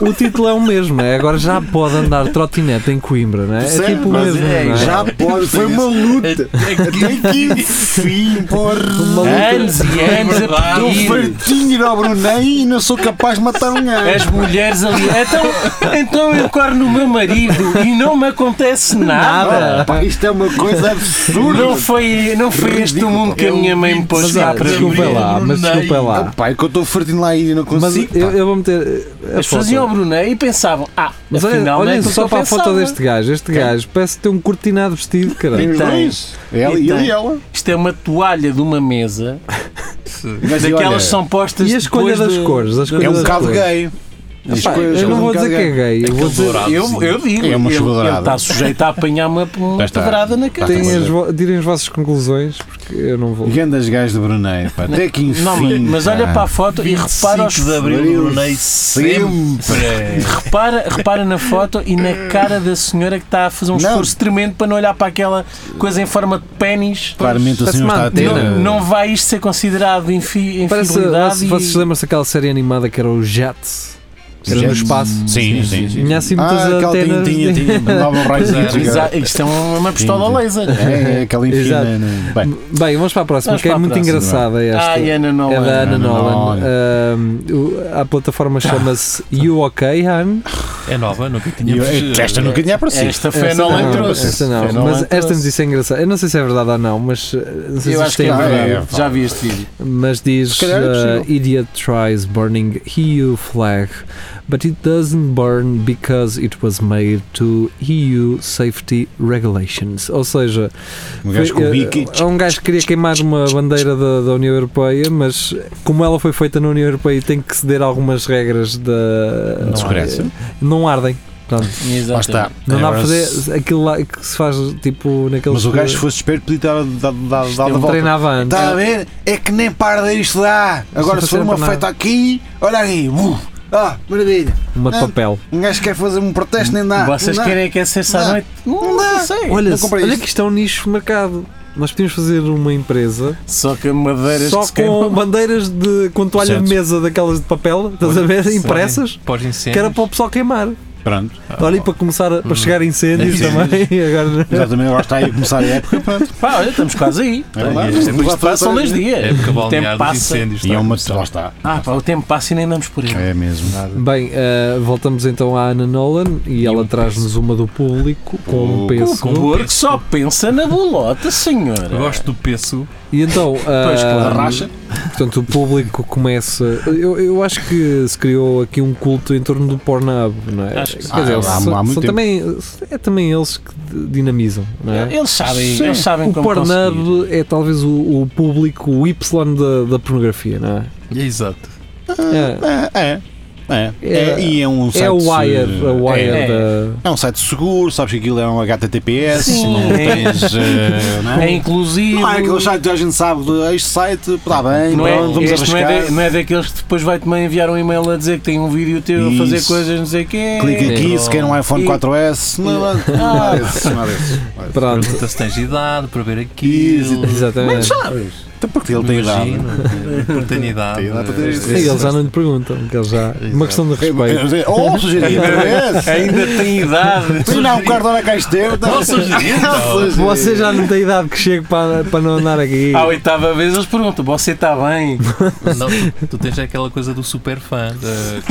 [SPEAKER 3] O título é o mesmo, é? agora já pode andar trotinete em Coimbra, não é? É
[SPEAKER 6] Percebe?
[SPEAKER 3] tipo o
[SPEAKER 6] Mas
[SPEAKER 3] mesmo.
[SPEAKER 2] é,
[SPEAKER 3] não é?
[SPEAKER 6] Já pode. né? Foi uma luta. Até que enfim,
[SPEAKER 3] Uma
[SPEAKER 6] porra.
[SPEAKER 3] luta.
[SPEAKER 2] anos e anos a
[SPEAKER 6] Estou
[SPEAKER 2] pedir.
[SPEAKER 6] fartinho de ir ao Brunei e não sou capaz de matar um
[SPEAKER 2] As
[SPEAKER 6] gajo.
[SPEAKER 2] mulheres ali. Então, então eu corro no meu marido e não me acontece nada.
[SPEAKER 6] Pá, isto é uma coisa absurda.
[SPEAKER 2] Não foi, não foi este o mundo
[SPEAKER 3] É
[SPEAKER 2] que a minha mãe me pôs
[SPEAKER 3] Mas,
[SPEAKER 2] cá
[SPEAKER 3] ah,
[SPEAKER 2] para
[SPEAKER 3] desculpa
[SPEAKER 2] viver.
[SPEAKER 3] lá, mas desculpa
[SPEAKER 6] Ah,
[SPEAKER 3] lá.
[SPEAKER 6] pá, é que eu estou fartinho lá e não
[SPEAKER 3] Mas
[SPEAKER 6] consigo.
[SPEAKER 3] eu,
[SPEAKER 6] pá.
[SPEAKER 3] eu vou meter. eh, a
[SPEAKER 2] As pessoas
[SPEAKER 3] foto.
[SPEAKER 2] iam ao Brunei e pensavam, ah,
[SPEAKER 3] Mas
[SPEAKER 2] mas
[SPEAKER 3] olha,
[SPEAKER 2] afinal não é
[SPEAKER 3] olhem
[SPEAKER 2] aquilo
[SPEAKER 3] só
[SPEAKER 2] que eu
[SPEAKER 3] para a foto
[SPEAKER 2] pensava.
[SPEAKER 3] deste gajo. Este gajo parece ter um cortinado vestido,
[SPEAKER 6] Tem
[SPEAKER 3] caralho.
[SPEAKER 6] os
[SPEAKER 2] Então,
[SPEAKER 6] dois. Ela e
[SPEAKER 2] então.
[SPEAKER 6] é ele e ela.
[SPEAKER 2] Isto é uma toalha de uma mesa,
[SPEAKER 6] Mas
[SPEAKER 2] daquelas
[SPEAKER 6] olha,
[SPEAKER 2] que são postas
[SPEAKER 3] E a escolha
[SPEAKER 2] depois
[SPEAKER 3] das
[SPEAKER 2] de-
[SPEAKER 3] cores? A escolha
[SPEAKER 6] É um
[SPEAKER 3] das
[SPEAKER 6] bocado
[SPEAKER 3] cores.
[SPEAKER 6] gay. As
[SPEAKER 3] Pá, eu
[SPEAKER 6] coisas são
[SPEAKER 3] não
[SPEAKER 6] um
[SPEAKER 3] vou
[SPEAKER 6] bocado
[SPEAKER 3] dizer que é gay. Eu vou dizer
[SPEAKER 2] Eu, eu digo,
[SPEAKER 6] É uma
[SPEAKER 2] ele,
[SPEAKER 6] chuva
[SPEAKER 2] ele
[SPEAKER 6] dourada.
[SPEAKER 2] está sujeito a apanhar uma, uma
[SPEAKER 6] Lá está.
[SPEAKER 2] pedrada na
[SPEAKER 6] Lá está.
[SPEAKER 2] cabeça.
[SPEAKER 3] Deem as vo- direm as vossas conclusões, porque eu não vou.
[SPEAKER 6] Grandes gajos de Brunei, pá. Até que enfim.
[SPEAKER 2] Não, mas, mas olha para a foto e repara, os,
[SPEAKER 5] 25 de abril do Brunei
[SPEAKER 6] sempre.
[SPEAKER 2] repara, repara na foto e na cara da senhora que está a fazer um
[SPEAKER 6] Não.
[SPEAKER 2] esforço tremendo para não olhar para aquela coisa em forma de pênis.
[SPEAKER 6] Claramente o
[SPEAKER 3] Parece
[SPEAKER 6] senhor está a ter.
[SPEAKER 3] uma
[SPEAKER 2] Não,
[SPEAKER 3] antena.
[SPEAKER 6] eh,
[SPEAKER 2] não vai isto ser considerado infi,
[SPEAKER 3] Parece,
[SPEAKER 2] infidelidade?
[SPEAKER 3] se vocês
[SPEAKER 2] e-
[SPEAKER 3] lembram-se daquela série animada que era o Jets? Era no
[SPEAKER 6] Jets?
[SPEAKER 3] espaço.
[SPEAKER 6] Sim, sim. sim.
[SPEAKER 3] Tinha assim muitas
[SPEAKER 6] Ah, aquela tinha,
[SPEAKER 3] antenas.
[SPEAKER 6] tinha, tinha. Mandava um raio
[SPEAKER 2] Exa- Isto é uma uma pistola
[SPEAKER 6] Sim.
[SPEAKER 2] laser.
[SPEAKER 6] É, é aquela enfim.
[SPEAKER 3] Exato.
[SPEAKER 6] né, né. Bem,
[SPEAKER 3] Bem, vamos para a próxima,
[SPEAKER 2] Vamos
[SPEAKER 3] que é
[SPEAKER 2] para a
[SPEAKER 3] muito
[SPEAKER 2] próxima,
[SPEAKER 3] engraçada esta.
[SPEAKER 2] Ai, Ah, Ana
[SPEAKER 3] É da
[SPEAKER 2] Nolan.
[SPEAKER 3] Ana
[SPEAKER 6] Ana
[SPEAKER 3] Nolan.
[SPEAKER 6] Nolan.
[SPEAKER 3] Ahm, o- a plataforma chama-se You OK, Han?
[SPEAKER 5] É nova, nunca
[SPEAKER 6] e eu- é
[SPEAKER 5] tínhamos. eh,
[SPEAKER 6] esta nunca tinha aparecido.
[SPEAKER 2] Esta foi a
[SPEAKER 3] Essa
[SPEAKER 2] Nolan
[SPEAKER 3] não,
[SPEAKER 2] que trouxe.
[SPEAKER 3] Essa não,
[SPEAKER 2] Foi a Nolan
[SPEAKER 3] mas
[SPEAKER 2] que
[SPEAKER 3] esta
[SPEAKER 2] trouxe.
[SPEAKER 3] notícia é engraçada. Eu não sei se é verdade ou não, mas uh, não sei se
[SPEAKER 2] Eu acho
[SPEAKER 3] isto
[SPEAKER 2] que é
[SPEAKER 3] é verdade.
[SPEAKER 6] é,
[SPEAKER 2] verdade. Já vi este vídeo.
[SPEAKER 3] Mas diz
[SPEAKER 6] calhar é
[SPEAKER 3] uh,
[SPEAKER 6] possível.
[SPEAKER 3] Idiot tries burning EU flag, but it doesn't burn because it was made to EU safety regulations. Ou seja,
[SPEAKER 6] Um gajo com
[SPEAKER 3] foi,
[SPEAKER 6] o
[SPEAKER 3] uh,
[SPEAKER 6] bico.
[SPEAKER 3] há um gajo que queria queimar uma bandeira da, da União Europeia, mas como ela foi feita na União Europeia e tem que ceder a algumas regras da
[SPEAKER 6] De segurança.
[SPEAKER 3] não ardem. Portanto,
[SPEAKER 6] Lá está.
[SPEAKER 3] eh, não dá para
[SPEAKER 6] Agora, se-
[SPEAKER 3] fazer aquilo lá que se faz tipo naqueles.
[SPEAKER 6] Mas o gajo fosse esperto podia dar dado dado- dado a
[SPEAKER 3] ele
[SPEAKER 6] volta.
[SPEAKER 3] treinava antes.
[SPEAKER 6] Está a ver? É que nem para isto dá. Agora se for
[SPEAKER 3] não
[SPEAKER 6] uma
[SPEAKER 3] serve
[SPEAKER 6] feita
[SPEAKER 3] é para
[SPEAKER 6] aqui, olha aí. Uh, ah, maravilha.
[SPEAKER 3] Uma de
[SPEAKER 6] Não.
[SPEAKER 3] papel.
[SPEAKER 6] Um gajo quer fazer um protesto, nem dá.
[SPEAKER 2] Vocês
[SPEAKER 6] não dá.
[SPEAKER 2] querem aquecer-se à
[SPEAKER 6] Não.
[SPEAKER 2] noite?
[SPEAKER 6] Não dá.
[SPEAKER 2] sei.
[SPEAKER 3] Olha,
[SPEAKER 6] não comprei
[SPEAKER 3] olha
[SPEAKER 6] isto.
[SPEAKER 3] que isto é um nicho mercado. Nós podíamos fazer uma empresa
[SPEAKER 2] Só que madeiras
[SPEAKER 3] só
[SPEAKER 2] que
[SPEAKER 3] com
[SPEAKER 2] se queimam.
[SPEAKER 3] bandeiras de com toalha
[SPEAKER 6] Certo.
[SPEAKER 3] de mesa daquelas de papel, estás a ver? Impressas, que era para o pessoal queimar.
[SPEAKER 6] Pronto.
[SPEAKER 3] Olha, e para começar a, para chegar a incêndios
[SPEAKER 5] Incêndios.
[SPEAKER 3] também. Agora
[SPEAKER 6] Exatamente, agora está aí a começar a época. Pronto.
[SPEAKER 2] Pá, olha, estamos quase aí.
[SPEAKER 6] É lá,
[SPEAKER 2] Isto
[SPEAKER 6] vamos lá para
[SPEAKER 2] Passam
[SPEAKER 6] a
[SPEAKER 2] dois dias.
[SPEAKER 5] É porque
[SPEAKER 2] o tempo
[SPEAKER 5] balnear dos
[SPEAKER 2] passa.
[SPEAKER 5] incêndios.
[SPEAKER 6] E é
[SPEAKER 5] tá?
[SPEAKER 6] uma. Lá está.
[SPEAKER 2] Ah, pá, o tempo passa e nem damos por ele.
[SPEAKER 6] É mesmo.
[SPEAKER 3] Bem, eh, voltamos então à Ana Nolan e ela traz-nos uma do público com um
[SPEAKER 2] O
[SPEAKER 3] peso.
[SPEAKER 2] Coburgo só pensa na bolota, senhora.
[SPEAKER 5] tá. Eu Gosto do peso.
[SPEAKER 3] E então, ah,
[SPEAKER 6] Racha.
[SPEAKER 3] portanto, o público começa. Eu, eu acho que se criou aqui um culto em torno do Pornhub, não é?
[SPEAKER 2] Acho que
[SPEAKER 3] Quer dizer,
[SPEAKER 6] Ah, há-
[SPEAKER 3] são-
[SPEAKER 6] há muito
[SPEAKER 3] são
[SPEAKER 6] tempo.
[SPEAKER 3] também, é também eles que d- dinamizam, não é?
[SPEAKER 2] Eles sabem,
[SPEAKER 6] Sim.
[SPEAKER 2] eles sabem
[SPEAKER 3] O
[SPEAKER 2] como conseguir.
[SPEAKER 3] Pornhub é talvez o, o público, o Y da, da pornografia, não é?
[SPEAKER 5] É exato.
[SPEAKER 3] É,
[SPEAKER 6] É. É.
[SPEAKER 3] É-
[SPEAKER 6] É, e é um site.
[SPEAKER 3] é o Wire, a Wire
[SPEAKER 6] É,
[SPEAKER 3] da.
[SPEAKER 6] é um site seguro, sabes que aquilo é um HTTPS,
[SPEAKER 2] Sim.
[SPEAKER 6] não tens. eh, não
[SPEAKER 2] É
[SPEAKER 6] é?
[SPEAKER 2] inclusivo.
[SPEAKER 6] Não é aquele site que a gente sabe, este site, está bem,
[SPEAKER 2] Não é,
[SPEAKER 6] pronto, vamos
[SPEAKER 2] este não, é
[SPEAKER 6] arriscar.
[SPEAKER 2] da- não é daqueles que depois vai-te enviar um e-mail a dizer que tem um vídeo teu a fazer
[SPEAKER 6] Isso.
[SPEAKER 2] coisas, não sei o quê.
[SPEAKER 6] Clica aqui, se quer um iPhone
[SPEAKER 2] é E-
[SPEAKER 6] 4S, não, não, não há desses, não é há desses.
[SPEAKER 3] Pronto,
[SPEAKER 5] Pergunta se tens idade para ver
[SPEAKER 6] Isso,
[SPEAKER 5] aquilo.
[SPEAKER 3] exatamente.
[SPEAKER 6] Até porque ele tem idade.
[SPEAKER 5] Imagino, oportunidade.
[SPEAKER 6] Tem idade para ter
[SPEAKER 3] Sim, eles já não lhe perguntam, que eles já. Uma questão de respeito.
[SPEAKER 6] Ou sugerir, talvez.
[SPEAKER 2] Ainda tem idade.
[SPEAKER 6] Se assim. não, o quarto hora cá esteve. tá?
[SPEAKER 5] Ou então, sugerir,
[SPEAKER 6] Ou
[SPEAKER 5] não.
[SPEAKER 6] sugerir.
[SPEAKER 3] Você já não tem idade que chega para, para não andar aqui.
[SPEAKER 2] À oitava vez eles perguntam: você está bem?
[SPEAKER 5] Não, tu, tu tens aquela coisa do super fã.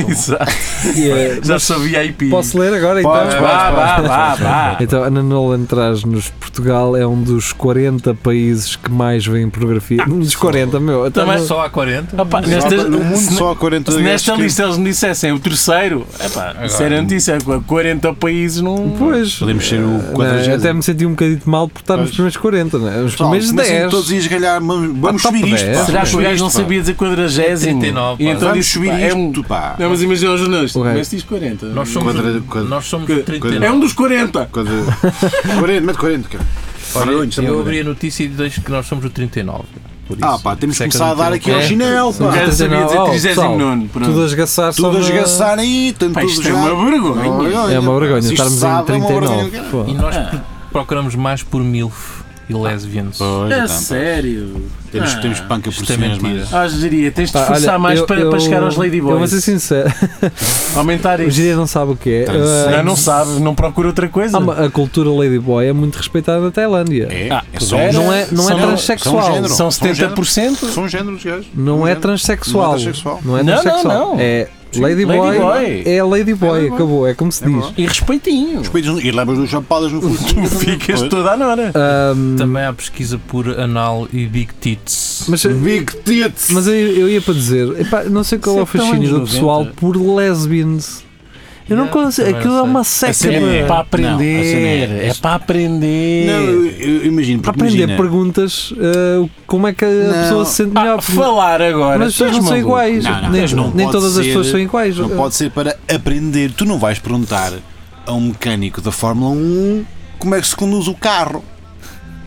[SPEAKER 2] Exato.
[SPEAKER 3] E, eh,
[SPEAKER 2] Já sou VIP.
[SPEAKER 3] Posso ler agora
[SPEAKER 6] Pode,
[SPEAKER 3] então?
[SPEAKER 6] pode.
[SPEAKER 2] Vá, vá, vá, vá.
[SPEAKER 3] Então, Ana Nolan traz-nos Portugal é um dos 40 países que mais vêem pornografia Dos 40, meu. então
[SPEAKER 2] Também
[SPEAKER 3] não-
[SPEAKER 5] é Só há 40?
[SPEAKER 2] Opa,
[SPEAKER 6] Só-
[SPEAKER 2] nesta,
[SPEAKER 6] no mundo
[SPEAKER 2] se,
[SPEAKER 6] só há 40
[SPEAKER 2] se nesta
[SPEAKER 6] gajos que-
[SPEAKER 2] lista eles me dissessem o terceiro, epá, isso era notícia. 40 países num.
[SPEAKER 3] Pois.
[SPEAKER 6] Podemos ser o
[SPEAKER 3] Não,
[SPEAKER 2] Eh,
[SPEAKER 6] 40.
[SPEAKER 3] até me senti um bocadinho mal por estar nos
[SPEAKER 6] Pois.
[SPEAKER 3] primeiros 40, né? Os
[SPEAKER 6] Pessoal,
[SPEAKER 3] primeiros
[SPEAKER 6] comecem
[SPEAKER 3] 10.
[SPEAKER 6] todos a esgalhar, vamos, vamos
[SPEAKER 3] top
[SPEAKER 6] subir
[SPEAKER 3] 10.
[SPEAKER 6] isto. pá.
[SPEAKER 2] Ah, Será que o
[SPEAKER 6] Vamos
[SPEAKER 2] gajo não
[SPEAKER 6] subir É, isto,
[SPEAKER 2] sabia dizer 40?
[SPEAKER 5] 39,
[SPEAKER 2] E
[SPEAKER 5] pá.
[SPEAKER 6] pá.
[SPEAKER 2] então
[SPEAKER 6] Vamos
[SPEAKER 2] disse,
[SPEAKER 6] subir
[SPEAKER 2] pá, é um.
[SPEAKER 6] isto, pá.
[SPEAKER 2] Não, mas imagina o jornalista.
[SPEAKER 3] Ok.
[SPEAKER 2] Mas diz 40.
[SPEAKER 5] Nós somos,
[SPEAKER 6] Quadra- quadra-
[SPEAKER 5] nós somos
[SPEAKER 2] Que-
[SPEAKER 5] 39.
[SPEAKER 2] É um dos 40.
[SPEAKER 6] Quando- 40, mete 40, cara.
[SPEAKER 5] Olha,
[SPEAKER 6] Ora, isto é
[SPEAKER 5] eu
[SPEAKER 6] uma
[SPEAKER 5] abri a notícia e deixo que nós somos o 39. Por isso,
[SPEAKER 6] Ah, pá, temos que
[SPEAKER 5] Século
[SPEAKER 6] começar a dar
[SPEAKER 5] 21.
[SPEAKER 6] aqui ao
[SPEAKER 5] É.
[SPEAKER 6] chinelo,
[SPEAKER 2] O
[SPEAKER 6] pá.
[SPEAKER 2] gajo sabia dizer
[SPEAKER 3] Oh, pessoal, Tudo
[SPEAKER 2] 39.
[SPEAKER 3] a
[SPEAKER 2] pronto.
[SPEAKER 3] esgaçar só
[SPEAKER 6] Tudo
[SPEAKER 3] na-
[SPEAKER 6] a esgaçar aí, tanto
[SPEAKER 2] Pá, isto é
[SPEAKER 6] já-
[SPEAKER 2] uma vergonha.
[SPEAKER 6] Olha,
[SPEAKER 3] É uma vergonha
[SPEAKER 6] se isto
[SPEAKER 3] estarmos em
[SPEAKER 6] sabe, é uma
[SPEAKER 3] 39.
[SPEAKER 6] vergonha.
[SPEAKER 3] pô.
[SPEAKER 5] E nós procuramos mais por MILF e lesbians.
[SPEAKER 6] Pois,
[SPEAKER 2] É
[SPEAKER 6] então, pá.
[SPEAKER 2] sério.
[SPEAKER 6] Temos,
[SPEAKER 2] Ah.
[SPEAKER 6] temos panca por
[SPEAKER 5] Isto é
[SPEAKER 6] cenas,
[SPEAKER 5] mentira.
[SPEAKER 6] mas-
[SPEAKER 2] Ah, geria, tens de
[SPEAKER 3] Pá,
[SPEAKER 2] esforçar
[SPEAKER 3] olha,
[SPEAKER 2] mais
[SPEAKER 3] eu-
[SPEAKER 2] para, para
[SPEAKER 3] eu-
[SPEAKER 2] chegar aos
[SPEAKER 3] Eu vou ser
[SPEAKER 2] Ladyboys.
[SPEAKER 3] sincero,
[SPEAKER 2] Aumentar
[SPEAKER 3] o Gíria
[SPEAKER 2] isso.
[SPEAKER 3] não sabe o que é.
[SPEAKER 6] Transa-
[SPEAKER 2] Não,
[SPEAKER 3] Ah,
[SPEAKER 2] não sabe, não procura outra coisa.
[SPEAKER 3] há uma- a cultura Ladyboy é muito respeitada na Tailândia.
[SPEAKER 6] É,
[SPEAKER 2] Ah,
[SPEAKER 6] é só
[SPEAKER 2] era-
[SPEAKER 6] um
[SPEAKER 3] Não é, não é
[SPEAKER 2] São-
[SPEAKER 6] são um
[SPEAKER 3] transexual.
[SPEAKER 6] género.
[SPEAKER 2] São
[SPEAKER 6] São género.
[SPEAKER 2] 70%?
[SPEAKER 6] São géneros, gajos.
[SPEAKER 3] Não
[SPEAKER 6] São
[SPEAKER 3] é
[SPEAKER 6] géneros.
[SPEAKER 3] transexual.
[SPEAKER 6] Não é transexual.
[SPEAKER 3] Não é
[SPEAKER 2] Não, não,
[SPEAKER 3] transexual.
[SPEAKER 2] não. Tipo,
[SPEAKER 3] É Ladyboy.
[SPEAKER 2] Ladyboy.
[SPEAKER 3] É Ladyboy, acabou. É como se
[SPEAKER 6] É
[SPEAKER 3] diz.
[SPEAKER 6] bom.
[SPEAKER 2] E respeitinho.
[SPEAKER 6] Os coelhos- um- E levas duas chapadas no fundo.
[SPEAKER 2] Tu ficas toda a hora.
[SPEAKER 3] Ah, Ahm,
[SPEAKER 5] Também há pesquisa por anal e big tits.
[SPEAKER 3] mas,
[SPEAKER 6] Big tits.
[SPEAKER 3] mas eu, eu ia para dizer, epá, não sei qual
[SPEAKER 2] Isso
[SPEAKER 3] é
[SPEAKER 2] é
[SPEAKER 3] o fascínio
[SPEAKER 2] tão
[SPEAKER 3] do
[SPEAKER 2] anos
[SPEAKER 3] pessoal
[SPEAKER 2] 90.
[SPEAKER 3] por lesbians. Eu não
[SPEAKER 5] Não,
[SPEAKER 3] consigo.
[SPEAKER 5] também
[SPEAKER 3] Aquilo
[SPEAKER 5] não
[SPEAKER 3] é
[SPEAKER 5] sei.
[SPEAKER 3] uma
[SPEAKER 6] A
[SPEAKER 3] seca.
[SPEAKER 6] cena
[SPEAKER 3] mano.
[SPEAKER 2] É, para aprender.
[SPEAKER 6] Não, a cena é-
[SPEAKER 2] é, para aprender.
[SPEAKER 6] Não, eu, eu imagino.
[SPEAKER 3] Para
[SPEAKER 6] Porque
[SPEAKER 3] aprender
[SPEAKER 6] imagina,
[SPEAKER 3] perguntas, ah, como é que a
[SPEAKER 6] Não.
[SPEAKER 3] pessoa se sente
[SPEAKER 2] Ah,
[SPEAKER 3] melhor. porque-
[SPEAKER 2] falar agora.
[SPEAKER 3] mas as pessoas
[SPEAKER 2] tu
[SPEAKER 3] não
[SPEAKER 2] és
[SPEAKER 3] são
[SPEAKER 2] maluco.
[SPEAKER 3] iguais.
[SPEAKER 6] Não, não,
[SPEAKER 3] nem
[SPEAKER 6] mas não
[SPEAKER 3] nem
[SPEAKER 6] pode
[SPEAKER 3] todas as
[SPEAKER 6] ser-
[SPEAKER 3] pessoas são iguais.
[SPEAKER 6] Não pode ser para aprender. Tu não vais perguntar a um mecânico da Fórmula 1 como é que se conduz o carro.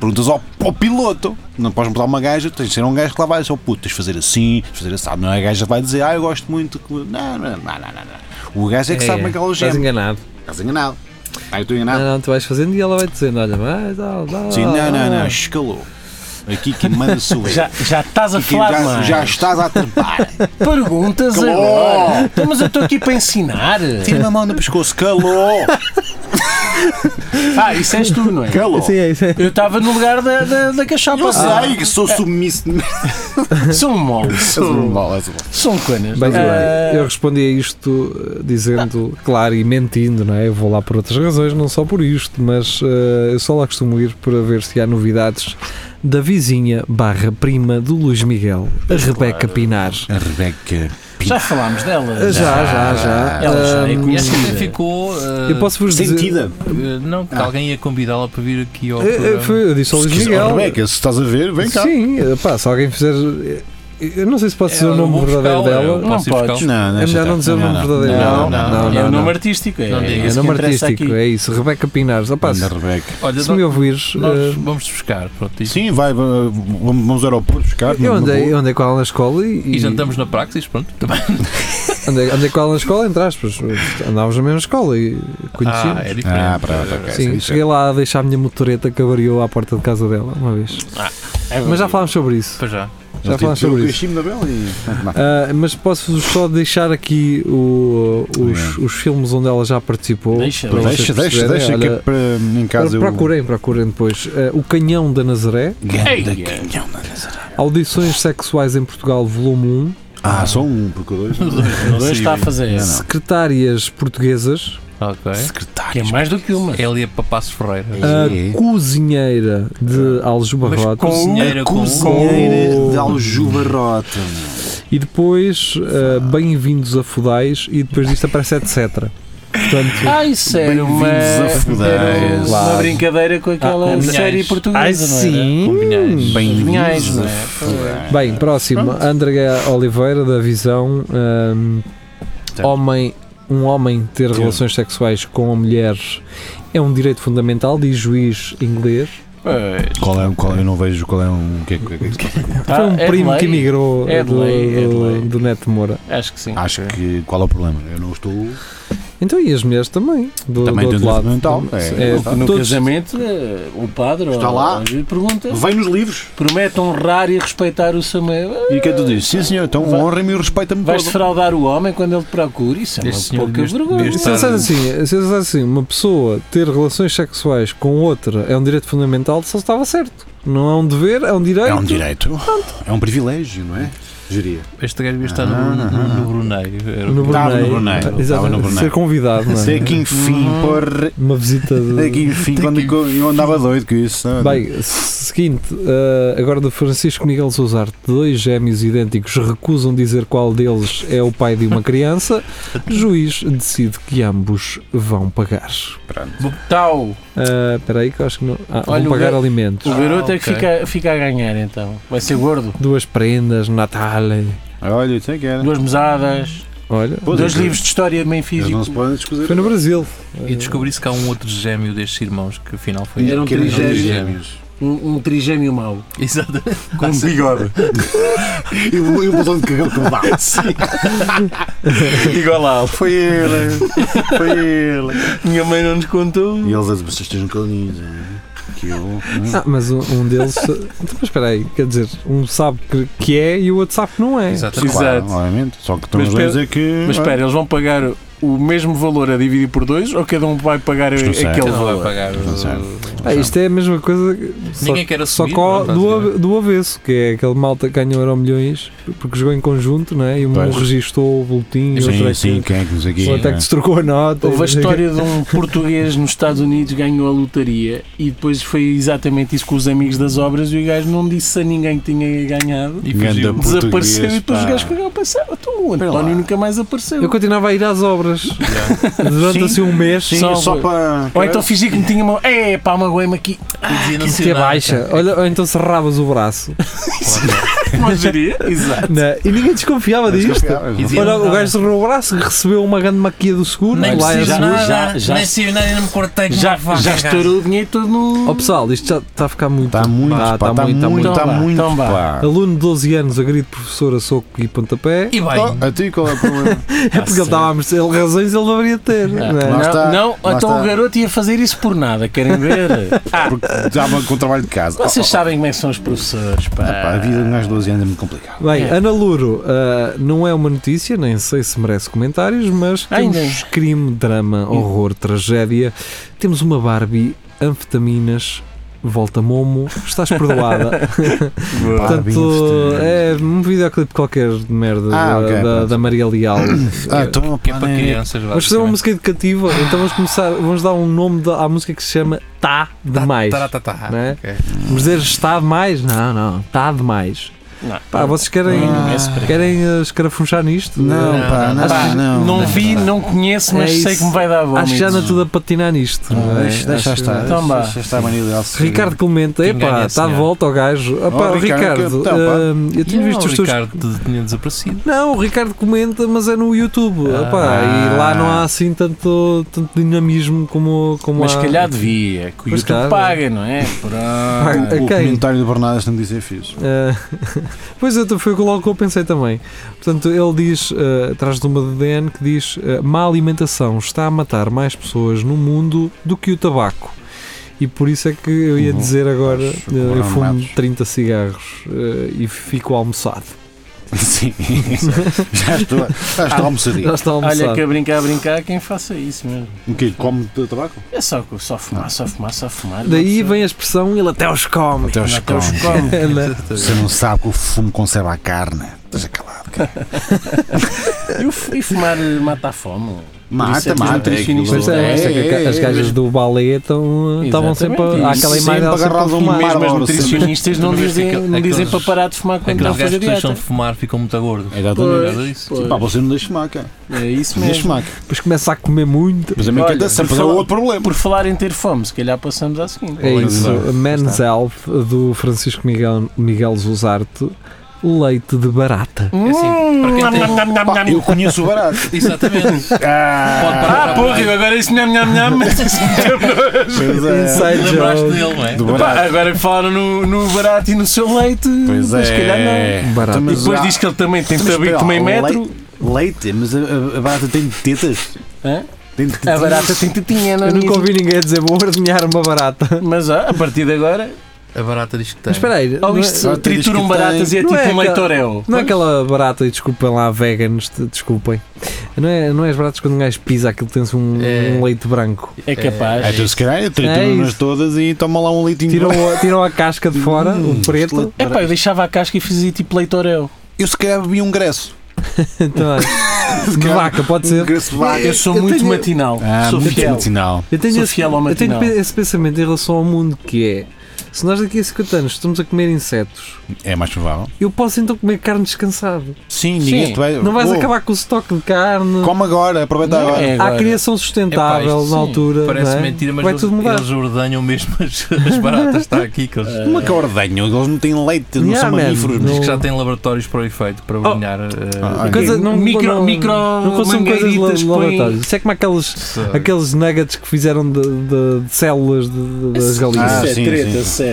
[SPEAKER 6] Perguntas ao, ao piloto. Não podes botar uma gaja, tens de ser um gajo que lá vai dizer, oh puto, tens de fazer assim, tens de fazer assim. Não é a gaja que vai dizer, ah, eu gosto muito. que- Não, não, não, não, não, não. O gajo é que sabe como é que ela
[SPEAKER 3] Estás
[SPEAKER 6] geme.
[SPEAKER 3] enganado.
[SPEAKER 6] Estás enganado. Ah, eu estou
[SPEAKER 3] Não,
[SPEAKER 6] enganado.
[SPEAKER 3] não, tu vais fazendo e ela vai dizendo: olha, vai, dá,
[SPEAKER 2] Ah.
[SPEAKER 3] dá.
[SPEAKER 6] Sim,
[SPEAKER 3] dá,
[SPEAKER 6] não, não,
[SPEAKER 3] dá.
[SPEAKER 6] não, escalou. Aqui que manda sou eu.
[SPEAKER 2] Já, já estás a
[SPEAKER 6] Aqui
[SPEAKER 2] falar
[SPEAKER 6] já-
[SPEAKER 2] mais.
[SPEAKER 6] já estás a trepar.
[SPEAKER 2] Perguntas
[SPEAKER 6] Calou.
[SPEAKER 2] agora. Então, mas eu estou aqui para ensinar.
[SPEAKER 6] Tira-me a mão do pescoço, calou!
[SPEAKER 2] Ah, isso és tu, não é?
[SPEAKER 6] Calou!
[SPEAKER 3] Sim, é isso. é.
[SPEAKER 2] Eu estava no lugar da, da, da
[SPEAKER 3] Ah,
[SPEAKER 2] cachapa.
[SPEAKER 6] Eu sei que sou submisso.
[SPEAKER 2] São moles. São, são canas.
[SPEAKER 3] Bem, eh,
[SPEAKER 2] Ah,
[SPEAKER 3] eu respondi a isto eh, dizendo, claro, e mentindo, não é? Eu vou lá por outras razões, não só por isto, mas eh, eu só lá costumo ir para ver se há novidades da vizinha barra prima do Luís Miguel, a Rebeca Pinar.
[SPEAKER 6] A Rebeca.
[SPEAKER 2] já falámos dela.
[SPEAKER 3] Ah, Já, já, já.
[SPEAKER 2] Ela já é
[SPEAKER 3] Ahm,
[SPEAKER 5] E acho que até
[SPEAKER 2] Sim.
[SPEAKER 5] ficou. eh,
[SPEAKER 3] eu posso vos dizer.
[SPEAKER 6] Sentida.
[SPEAKER 5] eh, não, que alguém ia convidá-la para vir aqui ao.
[SPEAKER 3] Eh, eh,
[SPEAKER 5] programa. É,
[SPEAKER 3] foi- Eu disse ao Luís Miguel.
[SPEAKER 6] se estás a ver, oh, vem
[SPEAKER 3] Sim, eh, pá, se alguém fizer. eh, Eu não sei se posso dizer
[SPEAKER 5] É,
[SPEAKER 3] o
[SPEAKER 5] eu
[SPEAKER 3] nome
[SPEAKER 5] vou
[SPEAKER 3] verdadeiro
[SPEAKER 5] buscá-la, eu
[SPEAKER 3] dela.
[SPEAKER 6] assim
[SPEAKER 5] posso ir
[SPEAKER 2] Não
[SPEAKER 5] buscá-la.
[SPEAKER 2] podes.
[SPEAKER 6] Não, não,
[SPEAKER 3] É melhor não dizer o nome verdadeiro. dela.
[SPEAKER 6] Não, não,
[SPEAKER 3] não,
[SPEAKER 2] é o
[SPEAKER 3] não,
[SPEAKER 2] nome
[SPEAKER 3] não.
[SPEAKER 2] artístico. É,
[SPEAKER 5] Não
[SPEAKER 2] é
[SPEAKER 5] diga.
[SPEAKER 3] É o
[SPEAKER 2] isso que
[SPEAKER 3] nome
[SPEAKER 2] interessa
[SPEAKER 3] artístico,
[SPEAKER 2] aqui.
[SPEAKER 3] é isso. Rebeca Pinares. Opá, se,
[SPEAKER 6] Rebeca.
[SPEAKER 5] Olha,
[SPEAKER 3] se me
[SPEAKER 5] nós,
[SPEAKER 3] ouvires. eh,
[SPEAKER 5] nós vamos te buscar. Pronto, e,
[SPEAKER 6] Sim, vai, va- vamos vamos ao aeroporto buscar.
[SPEAKER 3] Eu andei, eu andei com ela na escola e,
[SPEAKER 5] e jantamos na Praxis. Pronto, também.
[SPEAKER 3] andei, andei com ela na escola, entre aspas. Andávamos na mesma escola e
[SPEAKER 5] Ah, é
[SPEAKER 3] conhecíamos.
[SPEAKER 5] diferente.
[SPEAKER 6] Ah, pronto, ok.
[SPEAKER 3] Sim,
[SPEAKER 6] sim,
[SPEAKER 3] cheguei lá a deixar a minha motoreta que avariou à porta de casa dela uma vez. é.
[SPEAKER 2] É
[SPEAKER 3] Mas já falámos sobre isso.
[SPEAKER 5] Para já.
[SPEAKER 6] Então,
[SPEAKER 3] Já falámos
[SPEAKER 6] tipo,
[SPEAKER 3] sobre isso.
[SPEAKER 6] da Bela e.
[SPEAKER 3] Ah, mas posso-vos só deixar aqui o- os, os filmes onde ela já participou.
[SPEAKER 2] Deixa,
[SPEAKER 3] para vocês
[SPEAKER 6] Deixa, deixa,
[SPEAKER 3] perceberem.
[SPEAKER 6] deixa, que é
[SPEAKER 3] Olha,
[SPEAKER 6] para em casa eu.
[SPEAKER 3] Procurem, procurem depois. Ah, o Canhão da Nazaré,
[SPEAKER 6] Ganda
[SPEAKER 2] Ei,
[SPEAKER 6] canhão da Nazaré.
[SPEAKER 3] Audições Sexuais em Portugal, volume 1,
[SPEAKER 6] Ah, só um, porque o dois.
[SPEAKER 2] O dois está a fazer.
[SPEAKER 6] Não, não.
[SPEAKER 3] Secretárias Portuguesas,
[SPEAKER 5] Ok.
[SPEAKER 2] Que é
[SPEAKER 6] Secretários.
[SPEAKER 2] mais do que uma. Ah,
[SPEAKER 5] Ela ia para Passos Ferreira.
[SPEAKER 3] a
[SPEAKER 6] É.
[SPEAKER 3] Cozinheira de Alves Barrotes.
[SPEAKER 5] Cozinheira com.
[SPEAKER 6] um. Cozinheira de Aljubarrota.
[SPEAKER 3] E depois, uh, bem-vindos a Fudais, e depois disto aparece etc. Portanto,
[SPEAKER 2] Ah, isso era uma,
[SPEAKER 6] Bem-vindos a Fudais.
[SPEAKER 2] era
[SPEAKER 3] Claro. Ah,
[SPEAKER 2] uma brincadeira com aquela
[SPEAKER 5] com
[SPEAKER 2] série
[SPEAKER 5] Vinhais.
[SPEAKER 2] portuguesa, não era?
[SPEAKER 5] Combinhais.
[SPEAKER 2] Vinhais,
[SPEAKER 6] né?
[SPEAKER 2] não é?
[SPEAKER 3] né? Bem, próximo, André Oliveira, da Visão, um,
[SPEAKER 6] Certo.
[SPEAKER 3] homem, um homem ter
[SPEAKER 6] Sim.
[SPEAKER 3] relações sexuais com mulheres é um direito fundamental, diz juiz inglês.
[SPEAKER 2] Pois.
[SPEAKER 6] Qual é, qual, eu não vejo qual é um. Que, que, que, que,
[SPEAKER 2] Ah,
[SPEAKER 3] Foi um
[SPEAKER 2] é de
[SPEAKER 3] primo
[SPEAKER 2] lei?
[SPEAKER 3] que emigrou
[SPEAKER 2] É de
[SPEAKER 3] do,
[SPEAKER 2] lei, é de
[SPEAKER 3] do,
[SPEAKER 2] lei.
[SPEAKER 3] do Neto Moura.
[SPEAKER 2] Acho que sim.
[SPEAKER 3] Ah.
[SPEAKER 6] acho que. Qual é o problema? Eu não estou.
[SPEAKER 3] Então, e as mulheres também, do,
[SPEAKER 6] Também
[SPEAKER 3] do outro
[SPEAKER 6] tem direito
[SPEAKER 3] lado.
[SPEAKER 2] então,
[SPEAKER 6] fundamental, é.
[SPEAKER 3] É,
[SPEAKER 6] No-
[SPEAKER 2] No
[SPEAKER 3] todos-
[SPEAKER 2] casamento, eh, o padre
[SPEAKER 6] Está
[SPEAKER 2] ou-
[SPEAKER 6] lá.
[SPEAKER 2] às vezes pergunta,
[SPEAKER 6] Vem nos livros.
[SPEAKER 2] promete honrar e respeitar o Samuel. Eh,
[SPEAKER 6] E o que é que tu dizes? Sim, senhor, então honra-me e respeita-me
[SPEAKER 2] Vais
[SPEAKER 6] todo.
[SPEAKER 2] defraudar o homem quando ele te procura. Isso é uma
[SPEAKER 5] Este senhor
[SPEAKER 2] pouca
[SPEAKER 5] devia-
[SPEAKER 2] vergonha.
[SPEAKER 5] devia
[SPEAKER 3] Se pensares assim, se pensares assim, uma pessoa ter relações sexuais com outra é um direito fundamental, só estava certo. Não é um dever, é um direito.
[SPEAKER 6] É um direito. É um privilégio, não é? Geria.
[SPEAKER 5] Este gajo devia
[SPEAKER 3] Ah,
[SPEAKER 5] estar no, no, no Brunei. Era o que-
[SPEAKER 6] Estava no Brunei.
[SPEAKER 3] Exatamente.
[SPEAKER 6] Estava no Brunei.
[SPEAKER 3] Ser convidado, não
[SPEAKER 6] Sei
[SPEAKER 3] é?
[SPEAKER 6] que enfim, porra.
[SPEAKER 3] Uma visita
[SPEAKER 6] Sei Uhum. que
[SPEAKER 3] de.
[SPEAKER 6] enfim, quando eu- eu andava doido com isso. sabe?
[SPEAKER 3] Bem, seguinte, uh, agora do Francisco Miguel Sousarte, dois gêmeos idênticos recusam dizer qual deles é o pai de uma criança. Juiz decide que ambos vão pagar.
[SPEAKER 6] é
[SPEAKER 2] Tal.
[SPEAKER 3] Uh, Espera aí, que eu acho que não. Ah,
[SPEAKER 2] Olha, o
[SPEAKER 3] vão pagar
[SPEAKER 2] ga-
[SPEAKER 3] alimentos.
[SPEAKER 2] O
[SPEAKER 5] Ah,
[SPEAKER 2] garoto é que
[SPEAKER 5] ok.
[SPEAKER 2] fica, fica a ganhar então. Vai ser gordo.
[SPEAKER 3] Duas prendas, Natal.
[SPEAKER 6] Olha, isso é que era.
[SPEAKER 2] Duas mesadas,
[SPEAKER 3] Olha.
[SPEAKER 6] Pois,
[SPEAKER 2] dois
[SPEAKER 6] eles-
[SPEAKER 2] livros de história de Memphis.
[SPEAKER 6] Eles não se
[SPEAKER 2] e-
[SPEAKER 6] podem escusar.
[SPEAKER 3] Foi no Brasil.
[SPEAKER 5] E descobri-se que há um outro gêmeo destes irmãos que afinal foi.
[SPEAKER 2] E eram
[SPEAKER 6] Que eram
[SPEAKER 2] trigêmeos.
[SPEAKER 6] trigêmeos.
[SPEAKER 2] Um, um trigêmeo mau.
[SPEAKER 5] Exatamente.
[SPEAKER 6] Com um bigode. e o e o botão de um cagão que ele dá.
[SPEAKER 2] Igual lá.
[SPEAKER 6] Foi ele. Foi ele.
[SPEAKER 2] Minha mãe não nos contou.
[SPEAKER 6] E eles dizem: vocês estejam calminhos. hein? Que eu. hum.
[SPEAKER 3] Ah, mas um, um deles. Então, mas espera aí, quer dizer, um sabe que, que é e o outro sabe que não é.
[SPEAKER 5] Exatamente.
[SPEAKER 6] Claro,
[SPEAKER 2] Exato.
[SPEAKER 6] obviamente. Só que estão
[SPEAKER 2] Mas
[SPEAKER 6] os dois
[SPEAKER 2] espera-
[SPEAKER 6] a que.
[SPEAKER 2] Mas espera, eles vão pagar o mesmo valor a dividir por dois ou cada um vai pagar
[SPEAKER 6] Isto não sei.
[SPEAKER 2] aquele
[SPEAKER 5] Não vai
[SPEAKER 2] valor?
[SPEAKER 5] pagar.
[SPEAKER 6] Não sei.
[SPEAKER 5] o-
[SPEAKER 3] Ah, isto é a mesma coisa. que- Só,
[SPEAKER 5] Ninguém quer
[SPEAKER 3] só
[SPEAKER 5] assumir.
[SPEAKER 3] que ao-
[SPEAKER 5] não é?
[SPEAKER 3] do, ave- do avesso, que é aquele malta que ganhou euro milhões porque jogou em conjunto, não é? E um
[SPEAKER 6] Pois.
[SPEAKER 3] registou o boletim, e outro
[SPEAKER 6] Sim,
[SPEAKER 3] é
[SPEAKER 6] sim,
[SPEAKER 3] que,
[SPEAKER 6] quem é que nos aqui.
[SPEAKER 3] outro é que destrocou a nota.
[SPEAKER 2] Houve
[SPEAKER 3] e-
[SPEAKER 6] é
[SPEAKER 2] a história de um português nos Estados Unidos que ganhou a lotaria e depois foi exatamente isso com os amigos das obras e o gajo não disse a ninguém que tinha ganhado.
[SPEAKER 5] E
[SPEAKER 6] Ganda
[SPEAKER 5] fugiu.
[SPEAKER 6] puta.
[SPEAKER 2] Desapareceu
[SPEAKER 6] Português,
[SPEAKER 2] e depois os
[SPEAKER 6] pá.
[SPEAKER 2] gajos pegaram a pensar, "Ah, tu, o
[SPEAKER 6] Espera lá.
[SPEAKER 2] António nunca mais apareceu.
[SPEAKER 3] Eu continuava a ir às obras durante
[SPEAKER 6] Sim.
[SPEAKER 3] assim um mês.
[SPEAKER 6] Sim,
[SPEAKER 2] É Só-
[SPEAKER 6] só para.
[SPEAKER 2] Ou então fingi que me tinha uma. É, pá, magoei-me aqui.
[SPEAKER 5] E dizia não
[SPEAKER 3] Que
[SPEAKER 5] sei
[SPEAKER 3] é
[SPEAKER 5] nada,
[SPEAKER 3] baixa.
[SPEAKER 5] cara.
[SPEAKER 3] Olha, ou então cerravas o braço.
[SPEAKER 6] é
[SPEAKER 2] Não diria? Exato.
[SPEAKER 3] né? E ninguém desconfiava disto.
[SPEAKER 5] E dizia
[SPEAKER 3] Olha,
[SPEAKER 5] não
[SPEAKER 3] o
[SPEAKER 5] nada.
[SPEAKER 3] gajo cerrou o braço, recebeu uma grande maquia do seguro.
[SPEAKER 5] Nem
[SPEAKER 3] lá em
[SPEAKER 5] preciso
[SPEAKER 3] Azul.
[SPEAKER 5] nada,
[SPEAKER 7] já- já-
[SPEAKER 5] nem preciso nada e não me cortei com
[SPEAKER 2] Já,
[SPEAKER 5] uma faca,
[SPEAKER 2] já
[SPEAKER 5] cara.
[SPEAKER 2] estourou o dinheiro todo no.
[SPEAKER 3] Ó pessoal, isto já está a ficar muito.
[SPEAKER 6] Está Tá muito,
[SPEAKER 3] Ah,
[SPEAKER 6] pá, está muito, está muito,
[SPEAKER 2] Então vá, então vá.
[SPEAKER 6] pá.
[SPEAKER 3] Aluno de 12 anos, agride professora, soco e pontapé.
[SPEAKER 5] E bem,
[SPEAKER 6] Oh, a ti qual é o problema?
[SPEAKER 3] É porque ele estava a merecer ele razões ele deveria ter. não é?
[SPEAKER 2] Ah, Não,
[SPEAKER 6] Lá está,
[SPEAKER 2] não,
[SPEAKER 6] lá
[SPEAKER 2] então
[SPEAKER 6] está.
[SPEAKER 2] o garoto ia fazer isso por nada, querem ver? Ah,
[SPEAKER 6] Porque estava com o trabalho de casa.
[SPEAKER 2] vocês
[SPEAKER 6] Oh, oh,
[SPEAKER 2] sabem como é que são os professores, pá.
[SPEAKER 6] oh, pá, a vida de um gajo de 12 anos é muito complicada.
[SPEAKER 3] Bem,
[SPEAKER 2] É.
[SPEAKER 3] Ana Luro, ah, não é uma notícia, nem sei se merece comentários, mas temos
[SPEAKER 2] Ainda.
[SPEAKER 3] crime, drama, horror, tragédia. Temos uma Barbie, anfetaminas, volta Momo, estás perdoada. Portanto, é um videoclipe qualquer de merda
[SPEAKER 6] Ah,
[SPEAKER 3] da,
[SPEAKER 6] ok,
[SPEAKER 3] da-
[SPEAKER 6] pronto.
[SPEAKER 3] da Maria Leal.
[SPEAKER 6] Ah, então,
[SPEAKER 5] que é
[SPEAKER 6] pá,
[SPEAKER 5] para
[SPEAKER 6] nem-
[SPEAKER 5] crianças.
[SPEAKER 3] Vamos fazer uma música educativa, então vamos começar, vamos dar um nome da- à música que se chama Tá Demais.
[SPEAKER 5] Tá, tá, tá, tá.
[SPEAKER 3] Não é?
[SPEAKER 5] Ok.
[SPEAKER 3] Mas dizer está demais? Não, não, está demais.
[SPEAKER 2] Não.
[SPEAKER 3] Pá, vocês querem,
[SPEAKER 2] Não, é spray.
[SPEAKER 3] querem eh, escarafunchar nisto?
[SPEAKER 6] Ah,
[SPEAKER 5] Não,
[SPEAKER 6] Não, pá,
[SPEAKER 5] não,
[SPEAKER 6] não, né?
[SPEAKER 2] Pá,
[SPEAKER 6] pá,
[SPEAKER 2] não, vi, não conheço, mas
[SPEAKER 3] É
[SPEAKER 2] sei
[SPEAKER 3] isso.
[SPEAKER 2] que me vai dar bom.
[SPEAKER 3] Acho que já anda tudo a patinar nisto. não é?
[SPEAKER 6] Deixa, deixa
[SPEAKER 3] Acho-
[SPEAKER 6] estar.
[SPEAKER 2] Então vá.
[SPEAKER 6] Deixa estar a mania dela.
[SPEAKER 3] Ricardo Clemente,
[SPEAKER 5] Quem ganha,
[SPEAKER 3] epá, está de
[SPEAKER 5] senhor?
[SPEAKER 3] volta ao gajo. Ah, pá,
[SPEAKER 6] Oh, Ricardo,
[SPEAKER 3] Ricardo,
[SPEAKER 6] então, pá.
[SPEAKER 3] hum, eu tinha
[SPEAKER 5] E
[SPEAKER 3] visto
[SPEAKER 5] não,
[SPEAKER 3] os
[SPEAKER 5] o
[SPEAKER 3] teus.
[SPEAKER 5] Ricardo tinha desaparecido.
[SPEAKER 3] Não, o Ricardo comenta, mas é no YouTube.
[SPEAKER 5] Ah.
[SPEAKER 3] Epá, e lá não há assim tanto, tanto dinamismo como, como
[SPEAKER 2] Mas
[SPEAKER 3] há.
[SPEAKER 2] se calhar devia, é que o
[SPEAKER 3] Pois
[SPEAKER 2] YouTube
[SPEAKER 3] está.
[SPEAKER 2] paga, não é? Pronto.
[SPEAKER 3] Paga.
[SPEAKER 6] O
[SPEAKER 3] Quem?
[SPEAKER 6] comentário do Bernardo não disse é fixe.
[SPEAKER 3] Ah, pois é, foi logo que eu pensei também. Portanto, ele diz, ah, atrás de uma DDN, que diz: ah, má alimentação está a matar mais pessoas no mundo do que o tabaco. E por isso é que eu ia
[SPEAKER 6] Uhum.
[SPEAKER 3] dizer agora:
[SPEAKER 6] Acho
[SPEAKER 3] ah,
[SPEAKER 6] que
[SPEAKER 3] eu
[SPEAKER 6] foram
[SPEAKER 3] fumo
[SPEAKER 6] matos.
[SPEAKER 3] 30 cigarros ah, e fico almoçado.
[SPEAKER 6] Sim. já estou, já estou
[SPEAKER 3] Já
[SPEAKER 6] almoçadinho.
[SPEAKER 3] está
[SPEAKER 2] Olha
[SPEAKER 3] almoçado.
[SPEAKER 2] que a brincar, a brincar, quem faça isso mesmo.
[SPEAKER 6] O Um quê? Come de tabaco?
[SPEAKER 2] É só, só fumar, só fumar, só fumar.
[SPEAKER 3] Daí vem a expressão: ele até os come. é?
[SPEAKER 6] Até os
[SPEAKER 2] Até então os
[SPEAKER 6] come.
[SPEAKER 2] come.
[SPEAKER 3] Ela-
[SPEAKER 6] Você não sabe que o fumo conserva a carne. Esteja calado. cara.
[SPEAKER 2] E o f- E fumar eh, mata a fome. isso é
[SPEAKER 6] Mata,
[SPEAKER 2] que os
[SPEAKER 6] mata.
[SPEAKER 2] nutricionistas
[SPEAKER 6] aquilo-
[SPEAKER 3] Mas é, esta que
[SPEAKER 6] é,
[SPEAKER 3] as
[SPEAKER 6] é,
[SPEAKER 3] gajas do balé estão- estavam sempre.
[SPEAKER 2] Exatamente.
[SPEAKER 3] a- Há
[SPEAKER 2] E
[SPEAKER 3] aquela imagem
[SPEAKER 6] sempre
[SPEAKER 3] delas sempre a
[SPEAKER 6] agarradas a um
[SPEAKER 3] fumar.
[SPEAKER 6] mar-
[SPEAKER 2] Mesmo os
[SPEAKER 6] Bárbaro,
[SPEAKER 2] nutricionistas não
[SPEAKER 5] sempre-
[SPEAKER 2] dizem,
[SPEAKER 5] Aquele-
[SPEAKER 2] não dizem
[SPEAKER 5] aqueles-
[SPEAKER 2] para parar de fumar quando estão a
[SPEAKER 5] Aqueles gajos
[SPEAKER 2] fazer
[SPEAKER 5] É que deixam
[SPEAKER 2] dieta.
[SPEAKER 5] de fumar ficam muito gordos.
[SPEAKER 6] é. Exatamente.
[SPEAKER 2] Pois, pois.
[SPEAKER 6] Pá, você não deixa maca.
[SPEAKER 2] É isso
[SPEAKER 6] Não deixa
[SPEAKER 2] mesmo.
[SPEAKER 6] maca.
[SPEAKER 3] Depois começa a comer muito.
[SPEAKER 6] Mas a minha
[SPEAKER 2] Olha,
[SPEAKER 6] queda
[SPEAKER 2] por
[SPEAKER 6] sempre é
[SPEAKER 2] falar-
[SPEAKER 6] outro problema.
[SPEAKER 2] Por falar em ter fome, se calhar passamos à seguinte.
[SPEAKER 3] É
[SPEAKER 6] Olha,
[SPEAKER 3] isso,
[SPEAKER 6] está.
[SPEAKER 3] Men's Health do Francisco Miguel, Miguel Zuzarte, leite de barata.
[SPEAKER 2] Hum.
[SPEAKER 5] É assim, para quem tem-
[SPEAKER 3] Hum.
[SPEAKER 6] Pá, eu conheço o barato.
[SPEAKER 5] Exatamente. Pode
[SPEAKER 6] Ah,
[SPEAKER 5] parar.
[SPEAKER 2] Porra, eu agora isso é nham nham nham.
[SPEAKER 6] pois é.
[SPEAKER 3] Inside
[SPEAKER 5] Lembraste
[SPEAKER 3] joke.
[SPEAKER 5] dele, não é?
[SPEAKER 6] Do
[SPEAKER 2] Pá,
[SPEAKER 6] barato.
[SPEAKER 2] Agora falaram no, no barato e no seu leite.
[SPEAKER 6] Pois
[SPEAKER 2] mas se calhar não.
[SPEAKER 6] é.
[SPEAKER 3] Barato.
[SPEAKER 2] E
[SPEAKER 6] Mas
[SPEAKER 2] depois
[SPEAKER 6] há-
[SPEAKER 2] diz que ele também tem
[SPEAKER 6] Mas espera
[SPEAKER 2] tabico
[SPEAKER 6] lá, um
[SPEAKER 2] de meio metro.
[SPEAKER 6] leite- Leite, mas a, a- a barata tem tetas.
[SPEAKER 2] Hã?
[SPEAKER 6] Tem tetas.
[SPEAKER 2] A barata tem tetinha, não
[SPEAKER 3] Eu
[SPEAKER 2] é?
[SPEAKER 3] nunca ouvi ninguém dizer vou ordenhar uma barata.
[SPEAKER 2] Mas ó, a partir de agora,
[SPEAKER 5] A barata diz que tem.
[SPEAKER 3] Mas espera aí, não
[SPEAKER 2] ou
[SPEAKER 3] é-
[SPEAKER 2] isto
[SPEAKER 6] Agora diz
[SPEAKER 2] trituram
[SPEAKER 6] que
[SPEAKER 2] baratas e
[SPEAKER 3] tem.
[SPEAKER 2] é tipo
[SPEAKER 3] Não é
[SPEAKER 2] um leite
[SPEAKER 3] aquela-
[SPEAKER 2] Oreo.
[SPEAKER 3] não é aquela barata, e desculpem lá, veganos, te- desculpem. Não é, não é as baratas quando um gajo pisa aquilo tem-se um,
[SPEAKER 5] É.
[SPEAKER 3] um leite branco.
[SPEAKER 2] É capaz.
[SPEAKER 6] É, então, se calhar, eu trituro-nas
[SPEAKER 3] isso.
[SPEAKER 6] todas e toma lá um leitinho.
[SPEAKER 3] Tiram, a- tiram a casca de fora, o
[SPEAKER 2] um
[SPEAKER 6] Hum,
[SPEAKER 3] preto.
[SPEAKER 6] excelente.
[SPEAKER 2] É pá, eu deixava a casca e fazia tipo leite Oreo.
[SPEAKER 6] Eu se calhar bebi um gresso. Um
[SPEAKER 3] Então, olha, de vaca, pode ser.
[SPEAKER 6] gresso de vaca.
[SPEAKER 2] Eu sou
[SPEAKER 3] Eu
[SPEAKER 2] muito
[SPEAKER 3] tenho-
[SPEAKER 2] matinal.
[SPEAKER 6] Ah,
[SPEAKER 2] sou
[SPEAKER 6] muito
[SPEAKER 2] fiel.
[SPEAKER 6] medicinal.
[SPEAKER 3] Eu tenho,
[SPEAKER 2] Sou
[SPEAKER 3] esse,
[SPEAKER 2] fiel ao
[SPEAKER 3] eu tenho
[SPEAKER 2] matinal.
[SPEAKER 3] pe- esse pensamento em relação ao mundo que é. Se nós daqui a 50 anos estamos a comer insetos,
[SPEAKER 6] É mais provável.
[SPEAKER 3] eu posso então comer carne descansado.
[SPEAKER 6] Sim,
[SPEAKER 2] ninguém te
[SPEAKER 6] vai.
[SPEAKER 3] Não vais acabar com o estoque de carne.
[SPEAKER 6] Come agora, aproveita
[SPEAKER 2] Não,
[SPEAKER 6] agora.
[SPEAKER 2] é
[SPEAKER 3] Há
[SPEAKER 2] agora.
[SPEAKER 3] criação
[SPEAKER 5] Epá,
[SPEAKER 3] sustentável
[SPEAKER 5] isto sim,
[SPEAKER 3] na altura.
[SPEAKER 5] Parece
[SPEAKER 3] não é?
[SPEAKER 5] mentira, mas
[SPEAKER 3] Vai
[SPEAKER 5] eles,
[SPEAKER 3] tudo mudar.
[SPEAKER 5] eles ordenham mesmo as, as baratas, está aqui, que eles
[SPEAKER 6] Como é que eu ordenho? Eles não têm leite, não
[SPEAKER 3] Yeah,
[SPEAKER 6] são
[SPEAKER 3] man.
[SPEAKER 6] mamíferos.
[SPEAKER 3] Não-
[SPEAKER 5] diz que já têm laboratórios para o efeito,
[SPEAKER 3] Oh.
[SPEAKER 5] para ordenhar. eh,
[SPEAKER 6] Ah,
[SPEAKER 3] Coisa- não,
[SPEAKER 2] Micro-
[SPEAKER 3] não,
[SPEAKER 2] micro
[SPEAKER 3] não consumo coisas de
[SPEAKER 2] mangueiritas que põem-
[SPEAKER 3] laboratório. Isso é como aqueles,
[SPEAKER 5] se-
[SPEAKER 3] aqueles nuggets que fizeram de, de- de células de- de- das galinhas.
[SPEAKER 6] Ah,
[SPEAKER 2] Isso é
[SPEAKER 6] sim, sim.
[SPEAKER 2] treta, certo.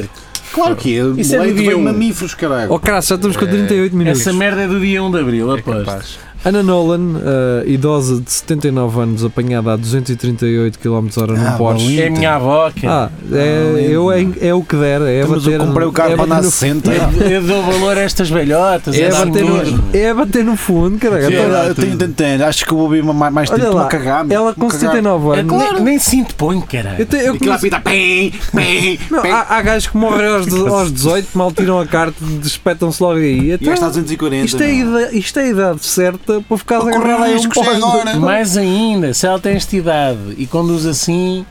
[SPEAKER 6] Claro que é.
[SPEAKER 2] Isso é do
[SPEAKER 6] leite
[SPEAKER 2] dia
[SPEAKER 6] vem
[SPEAKER 2] um.
[SPEAKER 6] mamíferos, caralho.
[SPEAKER 3] Oh, caraca, já estamos com 38 minutos.
[SPEAKER 2] Essa merda é do dia 1 de Abril,
[SPEAKER 5] é
[SPEAKER 2] aposto.
[SPEAKER 5] capaz.
[SPEAKER 3] Ana Nolan, eh, idosa de 79 anos, apanhada a 238 km/h num
[SPEAKER 6] Ah,
[SPEAKER 3] Porsche.
[SPEAKER 6] maluco.
[SPEAKER 2] É a minha avó, cara.
[SPEAKER 3] Ah, é, eu, é, é o que der. É
[SPEAKER 6] Então, Mas
[SPEAKER 3] bater,
[SPEAKER 6] eu comprei o carro
[SPEAKER 3] é
[SPEAKER 6] para andar
[SPEAKER 3] bater
[SPEAKER 6] a
[SPEAKER 3] no,
[SPEAKER 6] 60.
[SPEAKER 2] Eu, eu dou valor a estas velhotas,
[SPEAKER 3] é,
[SPEAKER 2] é
[SPEAKER 3] bater
[SPEAKER 2] tudo.
[SPEAKER 3] no, é bater no fundo, caralho.
[SPEAKER 5] Sim,
[SPEAKER 3] Então,
[SPEAKER 5] era-
[SPEAKER 6] Eu, eu tenho tanto tempo, acho que eu vou beber ma- mais
[SPEAKER 3] Olha
[SPEAKER 6] tempo
[SPEAKER 3] lá,
[SPEAKER 6] para cagar. meu.
[SPEAKER 3] ela com
[SPEAKER 6] Vou cagar.
[SPEAKER 3] 79
[SPEAKER 2] É
[SPEAKER 3] anos.
[SPEAKER 2] claro. Nem, nem sinto ponho, caralho.
[SPEAKER 3] Eu te- eu
[SPEAKER 6] Aquilo lá
[SPEAKER 3] comecei-
[SPEAKER 6] pita, pim, pim,
[SPEAKER 3] Não,
[SPEAKER 6] pim.
[SPEAKER 3] há, há gajos que morrem aos, de- aos 18, mal tiram a carta, despetam-se logo aí.
[SPEAKER 6] E esta a
[SPEAKER 3] Então,
[SPEAKER 6] 240.
[SPEAKER 3] isto, é a
[SPEAKER 6] meu.
[SPEAKER 3] idade, isto é a idade certa para ficar
[SPEAKER 6] Para correr
[SPEAKER 3] agarrado a um
[SPEAKER 6] riscos é
[SPEAKER 3] poste.
[SPEAKER 6] agora.
[SPEAKER 2] Mais ainda, se ela tem esta idade e conduz assim,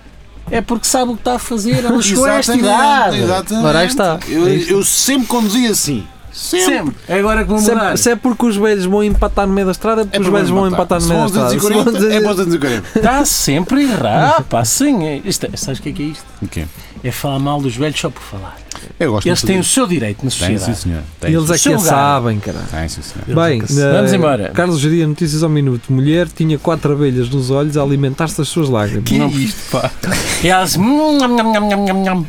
[SPEAKER 2] é porque sabe o que está a fazer. Ela chegou a esta idade.
[SPEAKER 6] Exatamente.
[SPEAKER 3] Ora, aí está.
[SPEAKER 6] Eu,
[SPEAKER 3] Aí está.
[SPEAKER 6] eu sempre conduzi assim. Sempre.
[SPEAKER 2] Sempre. É agora que vou
[SPEAKER 3] Se
[SPEAKER 2] mudar.
[SPEAKER 3] é, se é porque os velhos vão empatar no meio da estrada, é porque os
[SPEAKER 6] para
[SPEAKER 3] velhos vão
[SPEAKER 6] levantar.
[SPEAKER 3] empatar no
[SPEAKER 6] Se
[SPEAKER 3] meio da
[SPEAKER 6] for
[SPEAKER 3] estrada. Se
[SPEAKER 6] 240,
[SPEAKER 3] vão dizer-
[SPEAKER 6] É para os 240.
[SPEAKER 2] Está sempre a errar, pá, assim. É, isto, é- sabes o que é que é isto?
[SPEAKER 6] O quê?
[SPEAKER 2] É falar mal dos velhos só por falar.
[SPEAKER 6] Eu gosto
[SPEAKER 2] Eles
[SPEAKER 6] muito
[SPEAKER 2] têm o
[SPEAKER 3] um
[SPEAKER 6] disso.
[SPEAKER 2] seu direito
[SPEAKER 6] Tem,
[SPEAKER 2] na
[SPEAKER 6] sim,
[SPEAKER 2] sociedade.
[SPEAKER 6] senhor. Tem,
[SPEAKER 3] Eles é que
[SPEAKER 2] Seu
[SPEAKER 3] a
[SPEAKER 2] lugar.
[SPEAKER 3] sabem, caralho.
[SPEAKER 6] tem, sim, senhor.
[SPEAKER 3] Bem, eh,
[SPEAKER 2] Vamos embora.
[SPEAKER 3] Carlos Geria, notícias ao minuto. Mulher tinha quatro abelhas nos olhos a alimentar-se das suas lágrimas.
[SPEAKER 5] Que é
[SPEAKER 2] Não-
[SPEAKER 5] isto, pá?
[SPEAKER 2] E elas. nham, nham, nham, nham, nham, nham.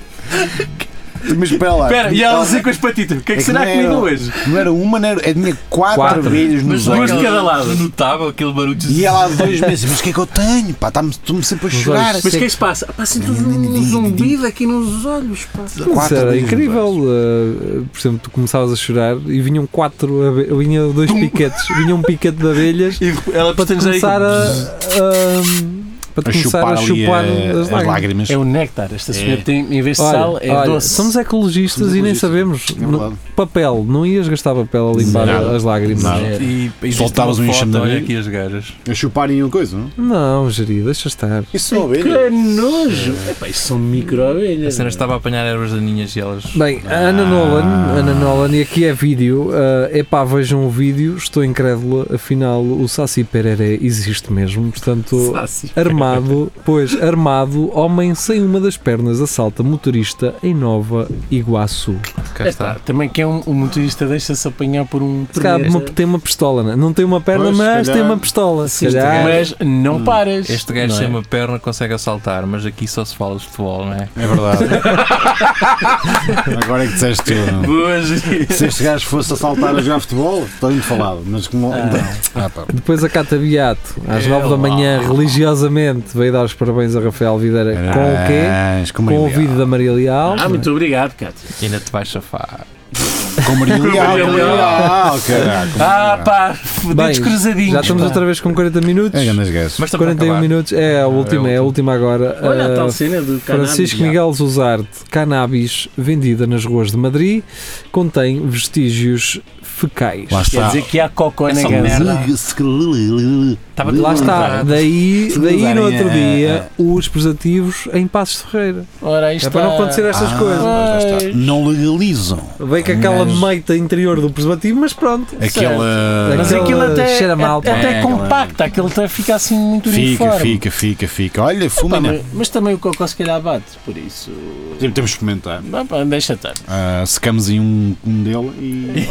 [SPEAKER 6] Mas espera lá.
[SPEAKER 2] Espera, e elas com as patitas. O que é que
[SPEAKER 6] que
[SPEAKER 2] será
[SPEAKER 6] não
[SPEAKER 2] que
[SPEAKER 6] é-
[SPEAKER 2] comida hoje?
[SPEAKER 6] Não era uma, não era, tinha quatro,
[SPEAKER 3] Quatro.
[SPEAKER 6] abelhas
[SPEAKER 2] Mas
[SPEAKER 6] nos
[SPEAKER 2] duas
[SPEAKER 6] olhos.
[SPEAKER 2] de cada lado.
[SPEAKER 5] Notável aquele barulho. de-
[SPEAKER 6] E ela há dois meses, mas o que é que eu tenho? Pá, está-me estou-me sempre a chorar.
[SPEAKER 3] olhos.
[SPEAKER 2] Mas o que é que se passa? Pá, sinto um zumbido aqui nos olhos, pá.
[SPEAKER 3] Isso
[SPEAKER 6] Quatro
[SPEAKER 3] era
[SPEAKER 6] abelhas nos
[SPEAKER 3] incrível.
[SPEAKER 6] olhos.
[SPEAKER 3] eh, por exemplo, tu começavas a chorar e vinham quatro abe- vinha dois piquetes, vinha um piquete de abelhas
[SPEAKER 2] E ela
[SPEAKER 3] para te
[SPEAKER 2] pertence aí-
[SPEAKER 3] começar a, a- para te
[SPEAKER 6] A
[SPEAKER 3] começar
[SPEAKER 6] chupar
[SPEAKER 3] a
[SPEAKER 6] ali
[SPEAKER 3] chupar
[SPEAKER 6] eh,
[SPEAKER 3] as lágrimas. um-
[SPEAKER 2] É o néctar. Esta senhora tem, em vez de
[SPEAKER 3] Olha,
[SPEAKER 2] sal, é
[SPEAKER 3] olha,
[SPEAKER 2] doce.
[SPEAKER 3] somos ecologistas
[SPEAKER 6] Somos
[SPEAKER 3] e nem
[SPEAKER 6] ecologistas.
[SPEAKER 3] sabemos.
[SPEAKER 6] É
[SPEAKER 3] No-
[SPEAKER 6] verdade.
[SPEAKER 3] papel, não ias gastar papel a limpar
[SPEAKER 6] Nada.
[SPEAKER 3] as lágrimas.
[SPEAKER 6] Nada.
[SPEAKER 2] É.
[SPEAKER 5] E existe
[SPEAKER 6] Soltavas
[SPEAKER 5] uma
[SPEAKER 6] um
[SPEAKER 5] foto,
[SPEAKER 6] enxame de
[SPEAKER 5] Olha
[SPEAKER 6] abelha.
[SPEAKER 5] aqui as gajas.
[SPEAKER 6] A chuparem uma coisa, não?
[SPEAKER 3] Não, Geri, deixa estar.
[SPEAKER 6] Isso é são
[SPEAKER 2] Que
[SPEAKER 6] abelhas.
[SPEAKER 2] nojo! Epá, isso são
[SPEAKER 5] A
[SPEAKER 2] microabelhas.
[SPEAKER 5] cena estava a apanhar ervas daninhas e elas.
[SPEAKER 3] Bem, a Ana Nolan, Ana Nolan, e aqui é vídeo. é epá, vejam o vídeo, estou incrédula, afinal o Saci Pereré existe mesmo, portanto.
[SPEAKER 5] Sácio.
[SPEAKER 3] Armado, pois, armado, homem sem uma das pernas assalta motorista em Nova Iguaçu.
[SPEAKER 5] Cá
[SPEAKER 2] É
[SPEAKER 5] está.
[SPEAKER 2] pá, também que é um, um motorista deixa-se apanhar por um
[SPEAKER 3] Se calhar uma-
[SPEAKER 2] turista.
[SPEAKER 3] tem uma pistola, não é? não tem uma perna,
[SPEAKER 6] Pois, se
[SPEAKER 3] mas tem
[SPEAKER 6] calhar.
[SPEAKER 3] uma pistola. Se
[SPEAKER 5] este
[SPEAKER 3] calhar. Hum,
[SPEAKER 5] gajo-
[SPEAKER 2] mas não paras.
[SPEAKER 5] Este gajo
[SPEAKER 2] não é?
[SPEAKER 5] sem uma perna consegue assaltar, mas aqui só se fala de futebol, não é?
[SPEAKER 6] É verdade. Agora é que disseste tudo. não?
[SPEAKER 2] Boas.
[SPEAKER 6] Se este gajo fosse assaltar a jogar futebol, estou-lhe falado. Mas como. Ah, pá.
[SPEAKER 3] Depois a Cata Beato, às
[SPEAKER 5] É
[SPEAKER 3] 9 da
[SPEAKER 5] lá.
[SPEAKER 3] manhã, religiosamente, veio dar os parabéns a Rafael Videira com o quê?
[SPEAKER 6] Parabéns, Com
[SPEAKER 3] Com o
[SPEAKER 6] Maria
[SPEAKER 3] vídeo da Maria Leal.
[SPEAKER 2] Ah, muito obrigado, Cátia.
[SPEAKER 5] Ainda te vais safar.
[SPEAKER 6] Leal. Com Maria Leal.
[SPEAKER 2] Maria
[SPEAKER 6] com Maria Leal, caralho, com Maria
[SPEAKER 2] Ah,
[SPEAKER 6] Leal.
[SPEAKER 2] pá,
[SPEAKER 3] Bem,
[SPEAKER 2] dedos cruzadinhos.
[SPEAKER 3] Já estamos
[SPEAKER 2] pá.
[SPEAKER 3] outra vez com 40 minutos.
[SPEAKER 6] É grandes gajos.
[SPEAKER 5] Mas estamos a
[SPEAKER 3] 41
[SPEAKER 5] acabar.
[SPEAKER 3] minutos, é a última, é a última agora.
[SPEAKER 2] Olha então, a
[SPEAKER 3] Ah,
[SPEAKER 2] tal cena do canal.
[SPEAKER 3] Francisco Miguel Zuzarte, cannabis vendida nas ruas de Madrid, contém vestígios fecais.
[SPEAKER 6] Lá
[SPEAKER 2] Quer
[SPEAKER 6] está.
[SPEAKER 2] dizer que há cocô na
[SPEAKER 5] Essa
[SPEAKER 2] ganza.
[SPEAKER 5] merda.
[SPEAKER 6] Estava
[SPEAKER 5] Estava tudo
[SPEAKER 3] Lá está,
[SPEAKER 5] Verdade.
[SPEAKER 3] daí,
[SPEAKER 6] Se
[SPEAKER 3] daí
[SPEAKER 6] mudarem
[SPEAKER 3] no outro
[SPEAKER 6] a- é.
[SPEAKER 3] dia os preservativos em Passos Ferreira.
[SPEAKER 2] Ora, aí
[SPEAKER 3] É
[SPEAKER 2] está.
[SPEAKER 3] para não acontecer estas
[SPEAKER 6] Ah.
[SPEAKER 3] coisas.
[SPEAKER 6] Não legalizam.
[SPEAKER 3] Vem com aquela
[SPEAKER 6] Mas-
[SPEAKER 3] meita interior do preservativo, mas pronto.
[SPEAKER 6] Aquela.
[SPEAKER 2] Mas aquilo
[SPEAKER 3] é
[SPEAKER 2] até,
[SPEAKER 3] Cheira mal, pá.
[SPEAKER 2] até
[SPEAKER 6] É,
[SPEAKER 2] compacta, aquilo até fica assim muito
[SPEAKER 6] Fica,
[SPEAKER 2] uniforme.
[SPEAKER 6] fica, fica, fica. Olha,
[SPEAKER 2] Pá,
[SPEAKER 6] fulmina.
[SPEAKER 2] mas, mas também o cocó se calhar bate, por isso.
[SPEAKER 6] Temos que comentar.
[SPEAKER 2] Não, pá, deixa estar.
[SPEAKER 6] Ah, secamos aí um, um dele e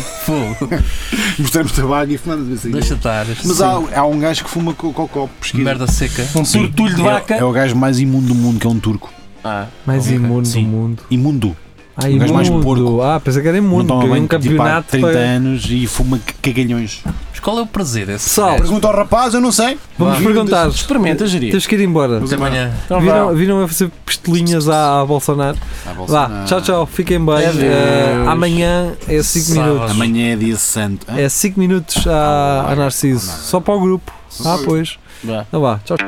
[SPEAKER 5] Fogo.
[SPEAKER 6] mostramos tabaco e fumamos. assim.
[SPEAKER 5] Deixa estar.
[SPEAKER 6] Mas há, há um gajo que fuma co- cocó. Pesquisa.
[SPEAKER 5] Merda seca.
[SPEAKER 2] Um surtulho de
[SPEAKER 5] É-
[SPEAKER 2] vaca.
[SPEAKER 6] É o gajo mais imundo do mundo, que é um turco.
[SPEAKER 2] Ah,
[SPEAKER 3] Mais
[SPEAKER 5] Ok,
[SPEAKER 3] imundo
[SPEAKER 6] sim.
[SPEAKER 3] do mundo.
[SPEAKER 6] Imundo.
[SPEAKER 3] Ah,
[SPEAKER 6] Um gajo mais
[SPEAKER 3] imundo.
[SPEAKER 6] porco.
[SPEAKER 3] Ah, pensei que era
[SPEAKER 6] Não
[SPEAKER 3] imundo.
[SPEAKER 6] toma
[SPEAKER 3] que havia
[SPEAKER 6] banho
[SPEAKER 3] um
[SPEAKER 6] tipo, há
[SPEAKER 3] campeonato
[SPEAKER 6] 30
[SPEAKER 3] para...
[SPEAKER 6] anos e fuma c- cagalhões.
[SPEAKER 5] Mas qual é o prazer desse?
[SPEAKER 3] Pessoal,
[SPEAKER 5] gajo?
[SPEAKER 6] Pergunta ao rapaz, eu não sei.
[SPEAKER 3] Vamos
[SPEAKER 6] Vá.
[SPEAKER 3] perguntar.
[SPEAKER 2] Ah. experimenta, geria.
[SPEAKER 3] Temos que ir embora.
[SPEAKER 5] Até amanhã.
[SPEAKER 2] Então vá.
[SPEAKER 3] Viram, viram a fazer pistolinhas à, à Bolsonaro?
[SPEAKER 6] Ah,
[SPEAKER 3] Vá,
[SPEAKER 6] Bolsonaro.
[SPEAKER 3] tchau, tchau. Fiquem bem.
[SPEAKER 2] Adeus.
[SPEAKER 3] Eh, amanhã é 5
[SPEAKER 5] Sábado.
[SPEAKER 3] minutos.
[SPEAKER 6] Amanhã é dia santo.
[SPEAKER 2] né?
[SPEAKER 6] Hã?
[SPEAKER 3] É 5 minutos a, a Narciso. Só para o grupo. Ah, pois.
[SPEAKER 2] Vá.
[SPEAKER 3] Então vá, tchau.